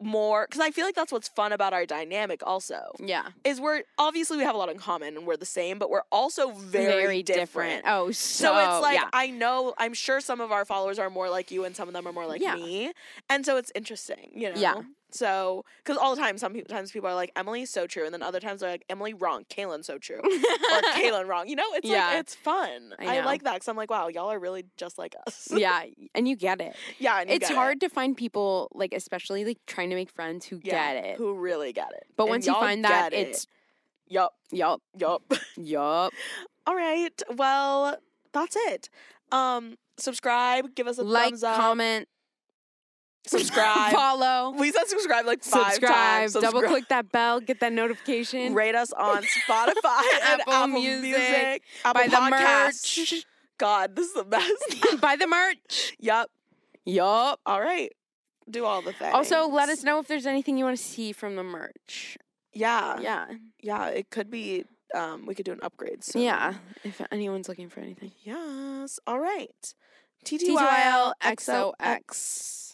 [SPEAKER 1] more because I feel like that's what's fun about our dynamic also
[SPEAKER 2] Yeah.
[SPEAKER 1] is we're obviously we have a lot in common and we're the same, but we're also very, different.
[SPEAKER 2] Oh, so,
[SPEAKER 1] So, it's like
[SPEAKER 2] yeah.
[SPEAKER 1] I know I'm sure some of our followers are more like you and some of them are more like
[SPEAKER 2] Yeah.
[SPEAKER 1] me. And so it's interesting, you know.
[SPEAKER 2] Yeah.
[SPEAKER 1] So cuz all the time some people times people are like Emily's so true and then other times they're like Emily wrong, Kaylin's so true. or Kaylin wrong. You know, it's
[SPEAKER 2] Yeah.
[SPEAKER 1] like it's fun.
[SPEAKER 2] I
[SPEAKER 1] I,
[SPEAKER 2] know.
[SPEAKER 1] like that cuz I'm like wow, y'all are really just like us.
[SPEAKER 2] yeah, and you get it.
[SPEAKER 1] yeah, and you
[SPEAKER 2] It's
[SPEAKER 1] get it.
[SPEAKER 2] hard to find people like especially like trying to make friends who
[SPEAKER 1] Yeah,
[SPEAKER 2] get it.
[SPEAKER 1] Who really get it.
[SPEAKER 2] but
[SPEAKER 1] And
[SPEAKER 2] once you
[SPEAKER 1] y'all
[SPEAKER 2] find that
[SPEAKER 1] get it.
[SPEAKER 2] it's
[SPEAKER 1] yup,
[SPEAKER 2] yup,
[SPEAKER 1] yup.
[SPEAKER 2] yup.
[SPEAKER 1] All right. Well, that's it. Um, subscribe. Give us a
[SPEAKER 2] Like,
[SPEAKER 1] thumbs up.
[SPEAKER 2] comment,
[SPEAKER 1] subscribe.
[SPEAKER 2] follow,
[SPEAKER 1] we said subscribe like five
[SPEAKER 2] subscribe,
[SPEAKER 1] times.
[SPEAKER 2] double
[SPEAKER 1] Subscribe.
[SPEAKER 2] click that bell, get that notification.
[SPEAKER 1] Rate us on Spotify and
[SPEAKER 2] Apple
[SPEAKER 1] Apple,
[SPEAKER 2] Music,
[SPEAKER 1] Music, Apple
[SPEAKER 2] buy the
[SPEAKER 1] Podcasts.
[SPEAKER 2] merch.
[SPEAKER 1] God, this is the best.
[SPEAKER 2] Buy the merch.
[SPEAKER 1] yup.
[SPEAKER 2] Yup.
[SPEAKER 1] All right. Do all the things.
[SPEAKER 2] Also, let us know if there's anything you want to see from the merch.
[SPEAKER 1] Yeah. Yeah.
[SPEAKER 2] yeah.
[SPEAKER 1] It could be. Um, we could do an upgrade. Soon.
[SPEAKER 2] Yeah. If anyone's looking for anything.
[SPEAKER 1] Yes. All right. TTYL
[SPEAKER 2] TTYL
[SPEAKER 1] XOX.